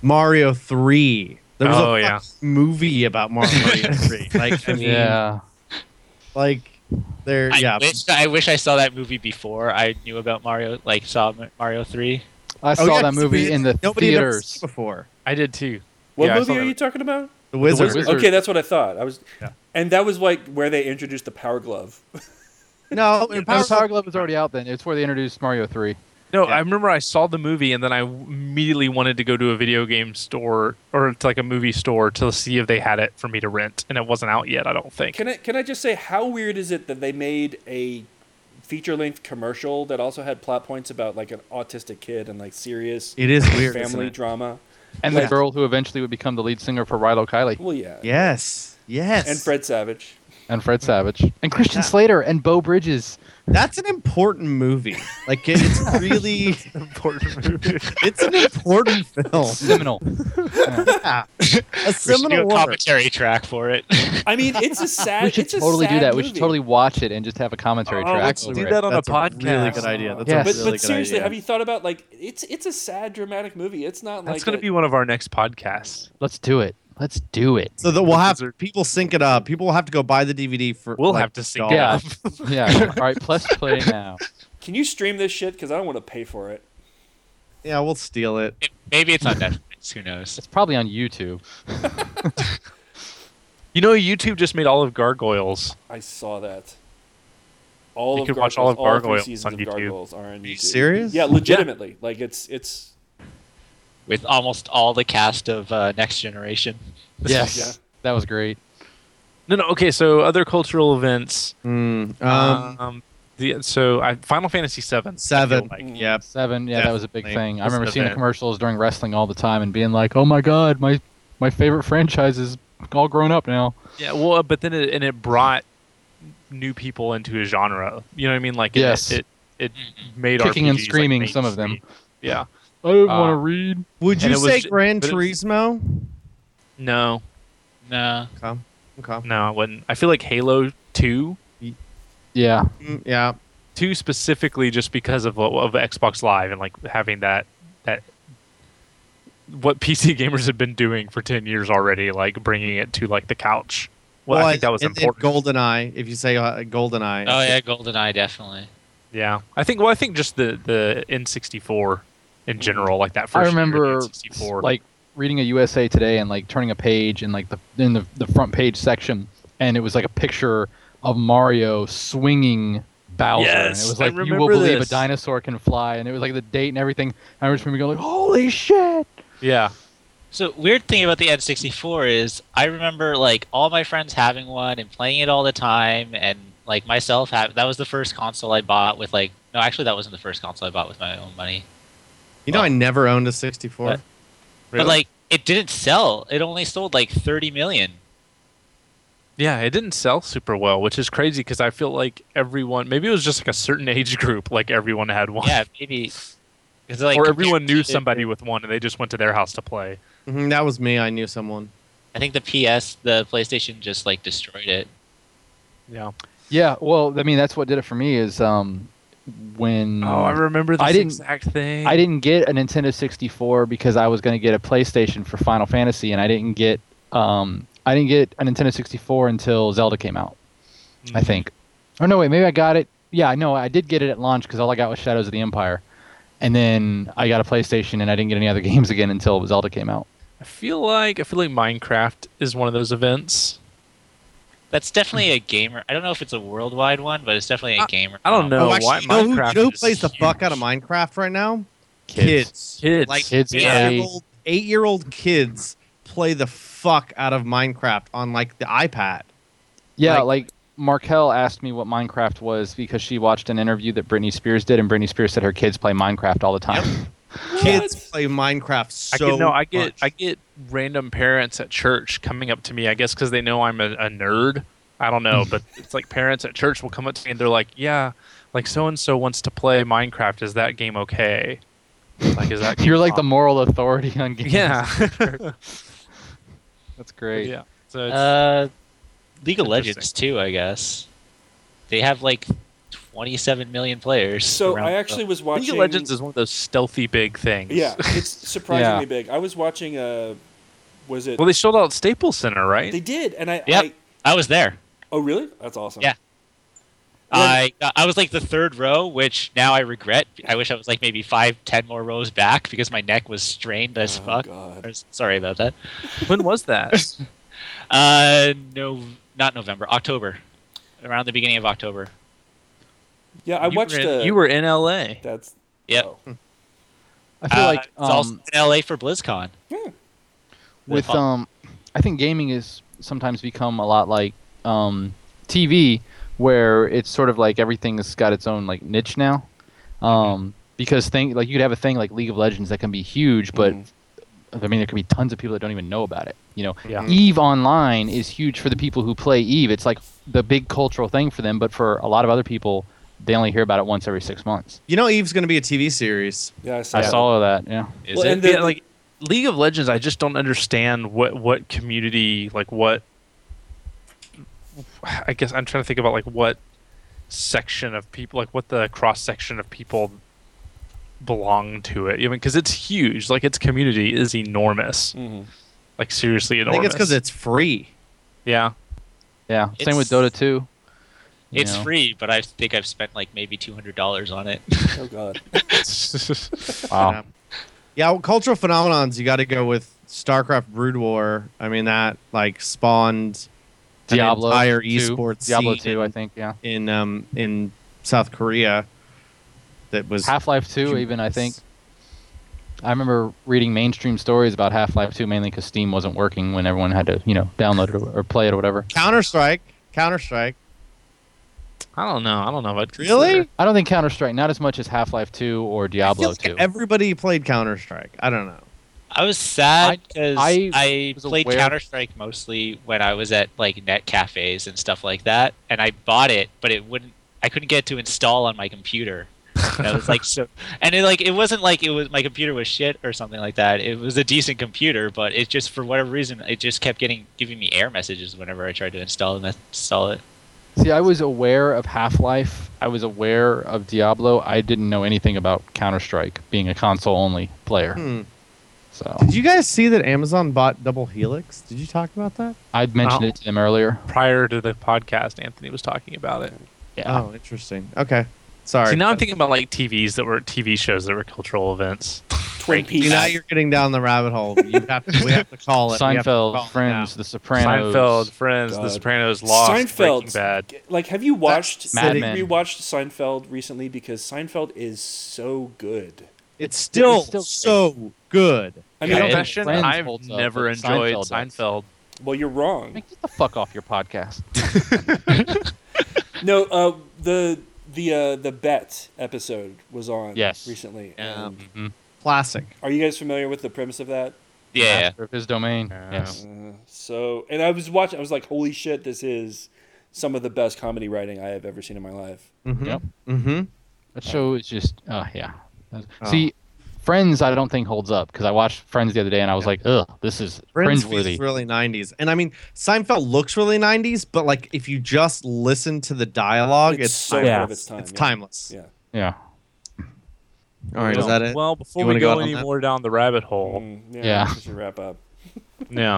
Speaker 6: Mario Three, there was
Speaker 2: Oh,
Speaker 6: a
Speaker 2: yeah.
Speaker 6: fucking movie about Mario Three. Like I mean,
Speaker 4: Yeah.
Speaker 6: like there,
Speaker 5: I
Speaker 6: yeah.
Speaker 5: wish I wish I saw that movie before I knew about Mario. Like saw Ma- Mario three.
Speaker 4: I
Speaker 6: Oh,
Speaker 4: saw
Speaker 6: yeah,
Speaker 4: that
Speaker 6: 'cause
Speaker 4: movie
Speaker 6: we-
Speaker 4: in the
Speaker 6: nobody had ever seen
Speaker 4: theaters.
Speaker 6: it before.
Speaker 2: I did too.
Speaker 3: What
Speaker 2: yeah, I saw
Speaker 3: movie are
Speaker 2: that.
Speaker 3: you talking about?
Speaker 6: The Wizard.
Speaker 4: Wizard.
Speaker 3: Okay, that's what I thought. I was,
Speaker 2: Yeah.
Speaker 3: and that was like where they introduced the Power Glove.
Speaker 6: No, in
Speaker 4: Power,
Speaker 6: Power,
Speaker 4: Power Glove was already out then. It's where they introduced Mario 3.
Speaker 2: No,
Speaker 6: Yeah.
Speaker 2: I remember I saw the movie and then I w- immediately wanted to go to a video game store or to like a movie store to see if they had it for me to rent, and it wasn't out yet. I don't think.
Speaker 3: Can I can I just say how weird is it that they made a feature length commercial that also had plot points about like an autistic kid and like serious
Speaker 6: It is weird. isn't
Speaker 3: family
Speaker 6: it?
Speaker 3: drama?
Speaker 4: And
Speaker 6: Yeah.
Speaker 4: the girl who eventually would become the lead singer for Rilo Kiley
Speaker 3: Well, yeah.
Speaker 6: Yes. Yes.
Speaker 3: And Fred Savage.
Speaker 4: and Fred Savage and Christian
Speaker 6: Yeah.
Speaker 4: Slater and Bo Bridges.
Speaker 6: That's an important movie. Like it- it's really
Speaker 2: Important movie.
Speaker 6: it's an important film.
Speaker 4: Seminal.
Speaker 6: Yeah. A
Speaker 5: We should do
Speaker 6: seminal
Speaker 5: a
Speaker 6: work.
Speaker 5: commentary track for it.
Speaker 3: I mean, it's a sad.
Speaker 4: we should
Speaker 3: it's a
Speaker 4: totally do
Speaker 3: sad
Speaker 4: that. We should
Speaker 3: movie.
Speaker 4: totally watch it and just have a commentary
Speaker 2: Oh,
Speaker 4: track.
Speaker 2: let's
Speaker 4: over
Speaker 2: do
Speaker 4: it.
Speaker 2: that on
Speaker 6: That's
Speaker 2: a
Speaker 6: a
Speaker 2: podcast.
Speaker 6: really good idea. That's a
Speaker 4: Yes.
Speaker 3: but,
Speaker 6: really
Speaker 3: but
Speaker 6: good
Speaker 3: seriously,
Speaker 6: idea.
Speaker 3: have you thought about like it's it's a sad dramatic movie. It's not
Speaker 2: That's
Speaker 3: like
Speaker 2: gonna
Speaker 3: a-
Speaker 2: be one of our next podcasts.
Speaker 4: Let's do it. Let's do it.
Speaker 6: So that we'll have
Speaker 2: Wizard.
Speaker 6: people sync it up. People will have to go buy the DVD for.
Speaker 2: We'll
Speaker 6: like,
Speaker 2: have to sync it
Speaker 6: dollar.
Speaker 4: Yeah. Yeah. All right. Plus play now.
Speaker 3: Can you stream this shit? Because I don't want to pay for it.
Speaker 6: Yeah, we'll steal it.
Speaker 5: Maybe it's on Netflix. Who knows?
Speaker 4: It's probably on YouTube.
Speaker 2: You know, YouTube just made all of Gargoyles.
Speaker 3: I saw that. All
Speaker 2: You
Speaker 3: of
Speaker 2: could
Speaker 3: Gargoyles,
Speaker 2: watch all of
Speaker 3: three
Speaker 2: Gargoyles
Speaker 3: seasons
Speaker 2: on
Speaker 3: of
Speaker 2: YouTube.
Speaker 3: Gargoyles are on YouTube.
Speaker 6: you serious?
Speaker 3: Yeah,
Speaker 6: Yeah.
Speaker 3: legitimately. Like it's it's
Speaker 5: With almost all the cast of uh, Next Generation.
Speaker 4: Yes.
Speaker 3: Yeah.
Speaker 4: That was great.
Speaker 2: No, no. Okay, so other cultural events.
Speaker 6: Mm, um,
Speaker 2: Um, the, so I, Final Fantasy VII. I feel
Speaker 6: seven.
Speaker 2: like.
Speaker 6: Yep.
Speaker 4: Seven. Yeah, that was a big
Speaker 6: Definitely.
Speaker 4: thing. I
Speaker 2: That's
Speaker 4: remember
Speaker 2: an
Speaker 4: seeing the
Speaker 2: event.
Speaker 4: commercials during wrestling all the time and being like, "Oh my god, my my favorite franchise is all grown up now."
Speaker 2: Yeah, well, but then it, and it brought new people into a genre. You know what I mean? Like, it-
Speaker 4: Yes.
Speaker 2: it it, made
Speaker 4: Kicking and
Speaker 2: RPGs, like,
Speaker 4: screaming, some of them.
Speaker 2: mainstream. Yeah,
Speaker 4: I didn't
Speaker 2: Uh,
Speaker 4: want to read.
Speaker 6: Would
Speaker 2: and
Speaker 6: you
Speaker 2: it was
Speaker 6: say
Speaker 2: ju-
Speaker 6: Gran
Speaker 2: but it was-
Speaker 6: Turismo?
Speaker 2: no,
Speaker 5: No.
Speaker 6: Okay.
Speaker 2: no, I wouldn't. I feel like Halo Two,
Speaker 4: Yeah.
Speaker 6: Mm, yeah.
Speaker 2: two specifically, just because of of Xbox Live and like having that that what PC gamers have been doing for ten years already, like bringing it to like the couch. Well, I think that was
Speaker 6: and,
Speaker 2: important.
Speaker 6: And GoldenEye. If you say uh, GoldenEye.
Speaker 5: Oh yeah, GoldenEye definitely.
Speaker 2: Yeah, I think. Well, I think just the the N64 in general, like that first.
Speaker 4: Mm. I
Speaker 2: year of the
Speaker 4: remember
Speaker 2: N64.
Speaker 4: like reading a USA Today and like turning a page and like the in the, the front page section, and it was like a picture of Mario swinging Bowser, and
Speaker 2: Yes,
Speaker 4: it was
Speaker 2: I
Speaker 4: like you will
Speaker 2: remember
Speaker 4: believe
Speaker 2: this.
Speaker 4: a dinosaur can fly, and it was like the date and everything. I just remember going like, "Holy shit!"
Speaker 2: yeah.
Speaker 5: So weird thing about the N64 is I remember like all my friends having one and playing it all the time, and like myself have that was the first console I bought with like no actually that wasn't the first console I bought with my own money,
Speaker 6: You know, I never owned a 64.
Speaker 5: What? but
Speaker 2: Really?
Speaker 5: like it didn't sell. It only sold like 30 million.
Speaker 2: Yeah, it didn't sell super well, which is crazy because I feel like everyone, maybe it was just like a certain age group, like everyone had one.
Speaker 5: Yeah, maybe. 'cause, like,
Speaker 2: or everyone knew
Speaker 5: compared to-
Speaker 2: somebody with one and they just went to their house to play.
Speaker 6: Mhm, that was me. I knew someone.
Speaker 5: I think the PS, the PlayStation, just like destroyed it.
Speaker 2: Yeah.
Speaker 4: Yeah, well, I mean, that's what did it for me is um, when
Speaker 2: Oh, I remember this
Speaker 4: I didn't-
Speaker 2: exact thing.
Speaker 4: I didn't get a Nintendo 64 because I was going to get a PlayStation for Final Fantasy, and I didn't get um, I didn't get a Nintendo 64 until Zelda came out, I think. Oh no, wait, maybe I got it. Yeah, I know I did get it at launch because all I got was Shadows of the Empire, and then I got a PlayStation, and I didn't get any other games again until Zelda came out.
Speaker 2: I feel like I feel like Minecraft is one of those events.
Speaker 5: That's definitely a gamer. I don't know if it's a worldwide one, but it's definitely a gamer.
Speaker 2: Hmm. I don't know
Speaker 6: Oh,
Speaker 2: why
Speaker 6: actually, you know who, you
Speaker 2: Minecraft
Speaker 6: know who
Speaker 2: is
Speaker 6: plays the fuck
Speaker 2: huge.
Speaker 6: out of Minecraft right now?
Speaker 4: Kids.
Speaker 6: Kids.
Speaker 2: Kids.
Speaker 6: Like
Speaker 4: Kids play-
Speaker 6: eight-year-old, eight-year-old kids play the fuck out of Minecraft on like the iPad.
Speaker 4: Yeah, like, Markel asked me what Minecraft was because she watched an interview that Britney Spears did, and Britney Spears said her kids play Minecraft all the time.
Speaker 6: Kids play Minecraft so
Speaker 2: I get no, I get
Speaker 6: much.
Speaker 2: I get random parents at church coming up to me. I guess because they know I'm a, a nerd. I don't know, but it's like parents at church will come up to me and they're like, "Yeah, like so and so wants to play Minecraft. Is that game okay? Like, is that game
Speaker 4: You're like the
Speaker 2: fine?"
Speaker 4: moral authority on games.
Speaker 2: yeah
Speaker 4: that's great.
Speaker 2: yeah." So it's,
Speaker 5: Uh, League of
Speaker 2: Interesting.
Speaker 5: Legends too, I guess. They have like 27 million players.
Speaker 3: So
Speaker 5: around
Speaker 3: I
Speaker 5: the
Speaker 3: actually was watching.
Speaker 2: League of Legends is one of those stealthy big things.
Speaker 3: Yeah, it's surprisingly big. I was watching. Uh, was it?
Speaker 2: Well, they sold out Staples Center, right?
Speaker 3: they did, and I.
Speaker 5: Yep.
Speaker 3: I
Speaker 5: world. I was there.
Speaker 3: oh, really? That's awesome.
Speaker 5: Yeah. I I was like the third row, which now I regret. I wish I was like maybe five, ten more rows back because my neck was strained as
Speaker 3: Oh,
Speaker 5: fuck.
Speaker 3: God.
Speaker 5: Or s- Sorry about that.
Speaker 2: when was that?
Speaker 5: Uh, no, not November, October, around the beginning of October.
Speaker 3: Yeah, I
Speaker 2: You
Speaker 3: watched.
Speaker 2: Were in,
Speaker 3: uh,
Speaker 2: you were in L.A.
Speaker 3: That's.
Speaker 5: Yep.
Speaker 3: oh.
Speaker 4: I feel
Speaker 5: Uh,
Speaker 4: like
Speaker 5: it's also
Speaker 4: um,
Speaker 5: in LA for BlizzCon.
Speaker 4: with um, I think gaming is sometimes become a lot like um, TV, where it's sort of like everything's got its own like niche now, um, because thing like you could have a thing like League of Legends that can be huge, but
Speaker 3: Mhm.
Speaker 4: I mean there could be tons of people that don't even know about it. You know,
Speaker 5: Mm-hmm.
Speaker 2: Yeah.
Speaker 4: Eve Online is huge for the people who play Eve. It's like the big cultural thing for them, but for a lot of other people, they only hear about it once every six months.
Speaker 6: You know, Eve's gonna be a TV series.
Speaker 3: Yeah, I saw.
Speaker 4: I
Speaker 3: that.
Speaker 4: saw all of that. Yeah.
Speaker 5: Is
Speaker 3: well,
Speaker 5: it?
Speaker 3: and the-
Speaker 2: Yeah, like League of Legends, I just don't understand what what community, like what. I guess I'm trying to think about like what section of people, like what the cross section of people belong to it. Even because it's huge, like its community is enormous,
Speaker 3: Mhm.
Speaker 2: like seriously
Speaker 6: I
Speaker 2: enormous.
Speaker 6: think it's because it's free.
Speaker 2: yeah,
Speaker 4: Yeah. Same with Dota
Speaker 5: It's-
Speaker 4: 2. you
Speaker 5: it's
Speaker 4: know.
Speaker 5: free, but I think I've spent like maybe two hundred dollars on it.
Speaker 3: Oh God.
Speaker 4: Wow.
Speaker 6: Yeah, well, cultural phenomenons. You got to go with StarCraft Brood War. I mean, that like spawned
Speaker 4: Diablo
Speaker 6: an entire
Speaker 4: 2.
Speaker 6: esports
Speaker 4: Diablo
Speaker 6: scene
Speaker 4: 2, I think, yeah.
Speaker 6: in um in South Korea. That was
Speaker 4: Half Life 2, even, I think. I remember reading mainstream stories about Half Life 2 mainly because Steam wasn't working when everyone had to, you know, download it or, or play it or whatever.
Speaker 6: Counter Strike. Counter Strike.
Speaker 2: I don't know. I don't know. If I'd
Speaker 6: Really?
Speaker 2: consider-
Speaker 4: I don't think Counter Strike, not as much as Half Life 2 or Diablo 2.
Speaker 6: Everybody played Counter Strike. I don't know.
Speaker 5: I was sad
Speaker 4: I-
Speaker 5: because
Speaker 4: I
Speaker 5: I,
Speaker 4: was
Speaker 5: played
Speaker 4: aware-
Speaker 5: Counter Strike mostly when I was at like net cafes and stuff like that, and I bought it, but it wouldn't. I couldn't get it to install on my computer. And I was like so, and it like it wasn't like it was my computer was shit or something like that. It was a decent computer, but it just for whatever reason it just kept getting giving me error messages whenever I tried to install and install it.
Speaker 4: See, I was aware of Half Life. I was aware of Diablo. I didn't know anything about Counter Strike being a console only player.
Speaker 6: Hmm.
Speaker 4: So
Speaker 6: Did you guys see that Amazon bought Double Helix? Did you talk about that?
Speaker 4: I'd mentioned
Speaker 2: Wow.
Speaker 4: it to them earlier.
Speaker 2: Prior to the podcast, Anthony was talking about it.
Speaker 4: Yeah.
Speaker 6: Oh, interesting. Okay. Sorry.
Speaker 2: See, now I'm thinking about like TVs that were TV shows that were cultural events.
Speaker 3: Twin Peaks.
Speaker 6: See, now you're getting down the rabbit hole. You have to, we have to call it. We have to call
Speaker 4: Seinfeld,
Speaker 6: it
Speaker 4: Friends,
Speaker 6: now.
Speaker 4: The Sopranos.
Speaker 2: Seinfeld, Friends, The
Speaker 3: God.
Speaker 2: Sopranos, Lost, Breaking
Speaker 3: Seinfeld's-
Speaker 2: Bad.
Speaker 3: Like, have you watched?
Speaker 4: Mad
Speaker 3: Have you
Speaker 4: Men.
Speaker 3: rewatched Seinfeld recently? Because Seinfeld is so good.
Speaker 6: It's still,
Speaker 4: It's still-
Speaker 6: so good.
Speaker 3: I mean,
Speaker 5: Yeah, it is.
Speaker 2: Confession:
Speaker 4: Friends
Speaker 2: I've
Speaker 4: holds up,
Speaker 2: never
Speaker 4: but
Speaker 2: enjoyed
Speaker 4: Seinfeld does.
Speaker 2: Seinfeld.
Speaker 3: well, you're wrong.
Speaker 4: Like, get the fuck off your podcast.
Speaker 3: No, uh, the the uh, the bet episode was on
Speaker 4: Yes.
Speaker 3: recently.
Speaker 5: Yeah.
Speaker 3: and
Speaker 6: Classic.
Speaker 3: Are you guys familiar with the premise of that?
Speaker 5: Yeah, yeah.
Speaker 4: master of his domain.
Speaker 2: Yeah.
Speaker 4: Yes.
Speaker 3: So, and I was watching. I was like, "Holy shit! This is some of the best comedy writing I have ever seen in my life."
Speaker 6: Mm-hmm.
Speaker 4: Yep.
Speaker 6: Mm-hmm.
Speaker 4: That show is just, oh yeah. That's-
Speaker 6: Oh.
Speaker 4: See, Friends, I don't think holds up because I watched Friends the other day and I was like, ugh, this is cringe
Speaker 6: Friends feels
Speaker 4: worthy.
Speaker 6: really 90s. And I mean, Seinfeld looks really 90s, but like if you just listen to the dialogue, it's,
Speaker 3: so
Speaker 6: timeless.
Speaker 3: ahead of its time.
Speaker 6: It's
Speaker 3: yeah.
Speaker 6: timeless.
Speaker 3: Yeah.
Speaker 4: Yeah.
Speaker 6: All right, is that it?
Speaker 2: Well, before
Speaker 6: You
Speaker 2: we
Speaker 6: wanna go
Speaker 2: go,
Speaker 6: out on
Speaker 2: any
Speaker 6: that?
Speaker 2: more down the rabbit hole,
Speaker 3: Mm, yeah.
Speaker 4: Yeah.
Speaker 3: We should wrap up.
Speaker 2: yeah,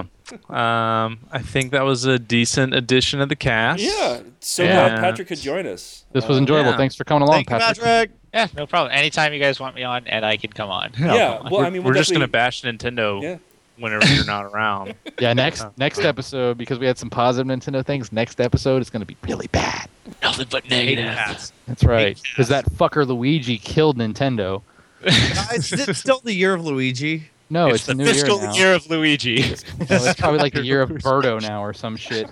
Speaker 2: um, I think that was a decent addition of the cast.
Speaker 3: Yeah. So
Speaker 2: Yeah.
Speaker 3: glad Patrick could join us.
Speaker 4: This was
Speaker 3: Uh,
Speaker 4: enjoyable.
Speaker 2: yeah.
Speaker 4: Thanks for coming along,
Speaker 6: Thank you,
Speaker 4: Patrick.
Speaker 6: Patrick.
Speaker 5: Yeah, no problem. Anytime you guys want me on, and I can come on.
Speaker 3: Yeah. Well,
Speaker 2: we're,
Speaker 3: I mean,
Speaker 2: we're
Speaker 3: we'll
Speaker 2: just gonna
Speaker 3: definitely-
Speaker 2: bash Nintendo
Speaker 3: Yeah.
Speaker 2: whenever you're not around.
Speaker 4: Yeah, next
Speaker 6: Uh,
Speaker 4: next episode because we had some positive Nintendo things. Next episode is going to be really bad.
Speaker 5: Nothing but
Speaker 6: Hate
Speaker 5: negative.
Speaker 6: cats.
Speaker 4: That's right. Because that fucker Luigi killed Nintendo.
Speaker 6: Guys, is it still the year of Luigi?
Speaker 4: No, it's,
Speaker 5: it's the
Speaker 4: new
Speaker 5: fiscal
Speaker 4: year now.
Speaker 5: year of Luigi.
Speaker 4: No, it's probably like the year of Birdo now or some shit.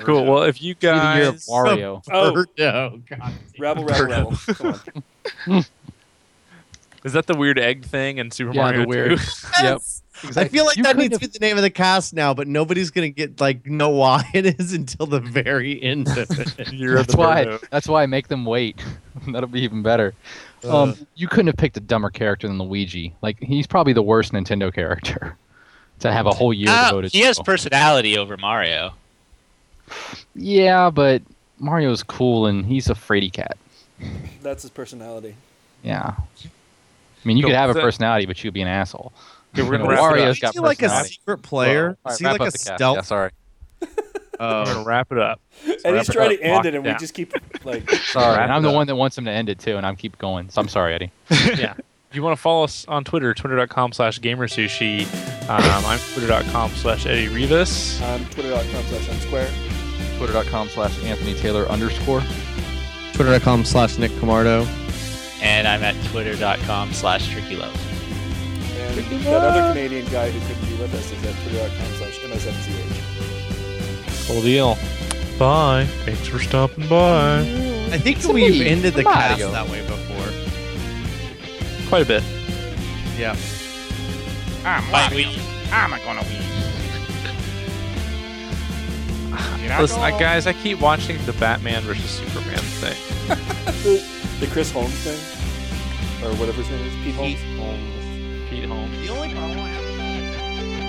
Speaker 2: cool. Well, if you
Speaker 4: Maybe the
Speaker 2: guys
Speaker 4: year of Wario.
Speaker 3: Oh,
Speaker 6: No, God.
Speaker 3: rabble, rabble, rabble. Come on.
Speaker 2: Is that the weird egg thing in Super
Speaker 4: Yeah,
Speaker 2: Mario
Speaker 4: the
Speaker 2: 2?
Speaker 4: weird. Yep.
Speaker 6: I feel like
Speaker 4: You
Speaker 6: that
Speaker 4: couldn't
Speaker 6: needs to be the name of the cast now, but nobody's gonna get like know why it is until the very end of it.
Speaker 2: Year of
Speaker 4: That's
Speaker 2: the
Speaker 4: why.
Speaker 2: Birdo.
Speaker 4: That's why I make them wait. That'll be even better.
Speaker 6: Uh.
Speaker 4: Um, you couldn't have picked a dumber character than Luigi. Like he's probably the worst Nintendo character to have a whole year
Speaker 5: Ah,
Speaker 4: devoted.
Speaker 5: he
Speaker 4: to.
Speaker 5: has personality over Mario.
Speaker 4: yeah, but Mario's cool and he's a fraidy cat.
Speaker 3: That's his personality.
Speaker 4: Yeah. I mean, you
Speaker 2: Cool.
Speaker 4: could have a
Speaker 2: So-
Speaker 4: personality, but you'd be an asshole.
Speaker 2: Okay, we're
Speaker 4: You know,
Speaker 2: gonna wrap it up.
Speaker 4: Wario's
Speaker 6: is
Speaker 4: got
Speaker 6: he like a
Speaker 4: personality.
Speaker 6: secret player?
Speaker 4: All right,
Speaker 6: is he
Speaker 4: wrap
Speaker 6: like
Speaker 4: up
Speaker 6: a
Speaker 4: the cast.
Speaker 6: stealth?
Speaker 4: Yeah, sorry.
Speaker 2: We're gonna wrap it up.
Speaker 3: and he's trying to end
Speaker 2: locked
Speaker 3: it, and we
Speaker 2: down.
Speaker 3: just keep like.
Speaker 4: Sorry.
Speaker 2: Wrap
Speaker 4: And
Speaker 2: it
Speaker 4: I'm the
Speaker 2: up.
Speaker 4: one that wants him to end it too, and I'm keep going. So I'm sorry, Eddie.
Speaker 2: yeah. If you want to follow us on Twitter, twitter.com slash gamersushi. Um, I'm twitter.com slash Eddie Rivas.
Speaker 3: Um, Twitter.com slash unsquare.
Speaker 4: Twitter.com slash Anthony Taylor underscore.
Speaker 6: Twitter.com slash Nick Camardo.
Speaker 5: And I'm at twitter.com slash trickylove.
Speaker 3: And that other Canadian guy who couldn't be with us is at Twitter.com slash MSFCH.
Speaker 2: Cool deal. Bye. Thanks for stopping by.
Speaker 6: I think
Speaker 4: Somebody-
Speaker 6: we've ended the cast
Speaker 4: Mario.
Speaker 6: that way before.
Speaker 2: Quite a bit.
Speaker 6: Yeah.
Speaker 9: I'm
Speaker 5: Bye,
Speaker 9: leaving. I'm not gonna leave. You're not
Speaker 2: Listen, I,
Speaker 9: gonna-
Speaker 2: guys, I keep watching the Batman versus Superman thing.
Speaker 3: the, the Chris Holmes thing, or whatever his name is, Pete Holmes.
Speaker 2: Pete Holmes.
Speaker 6: The only problem I have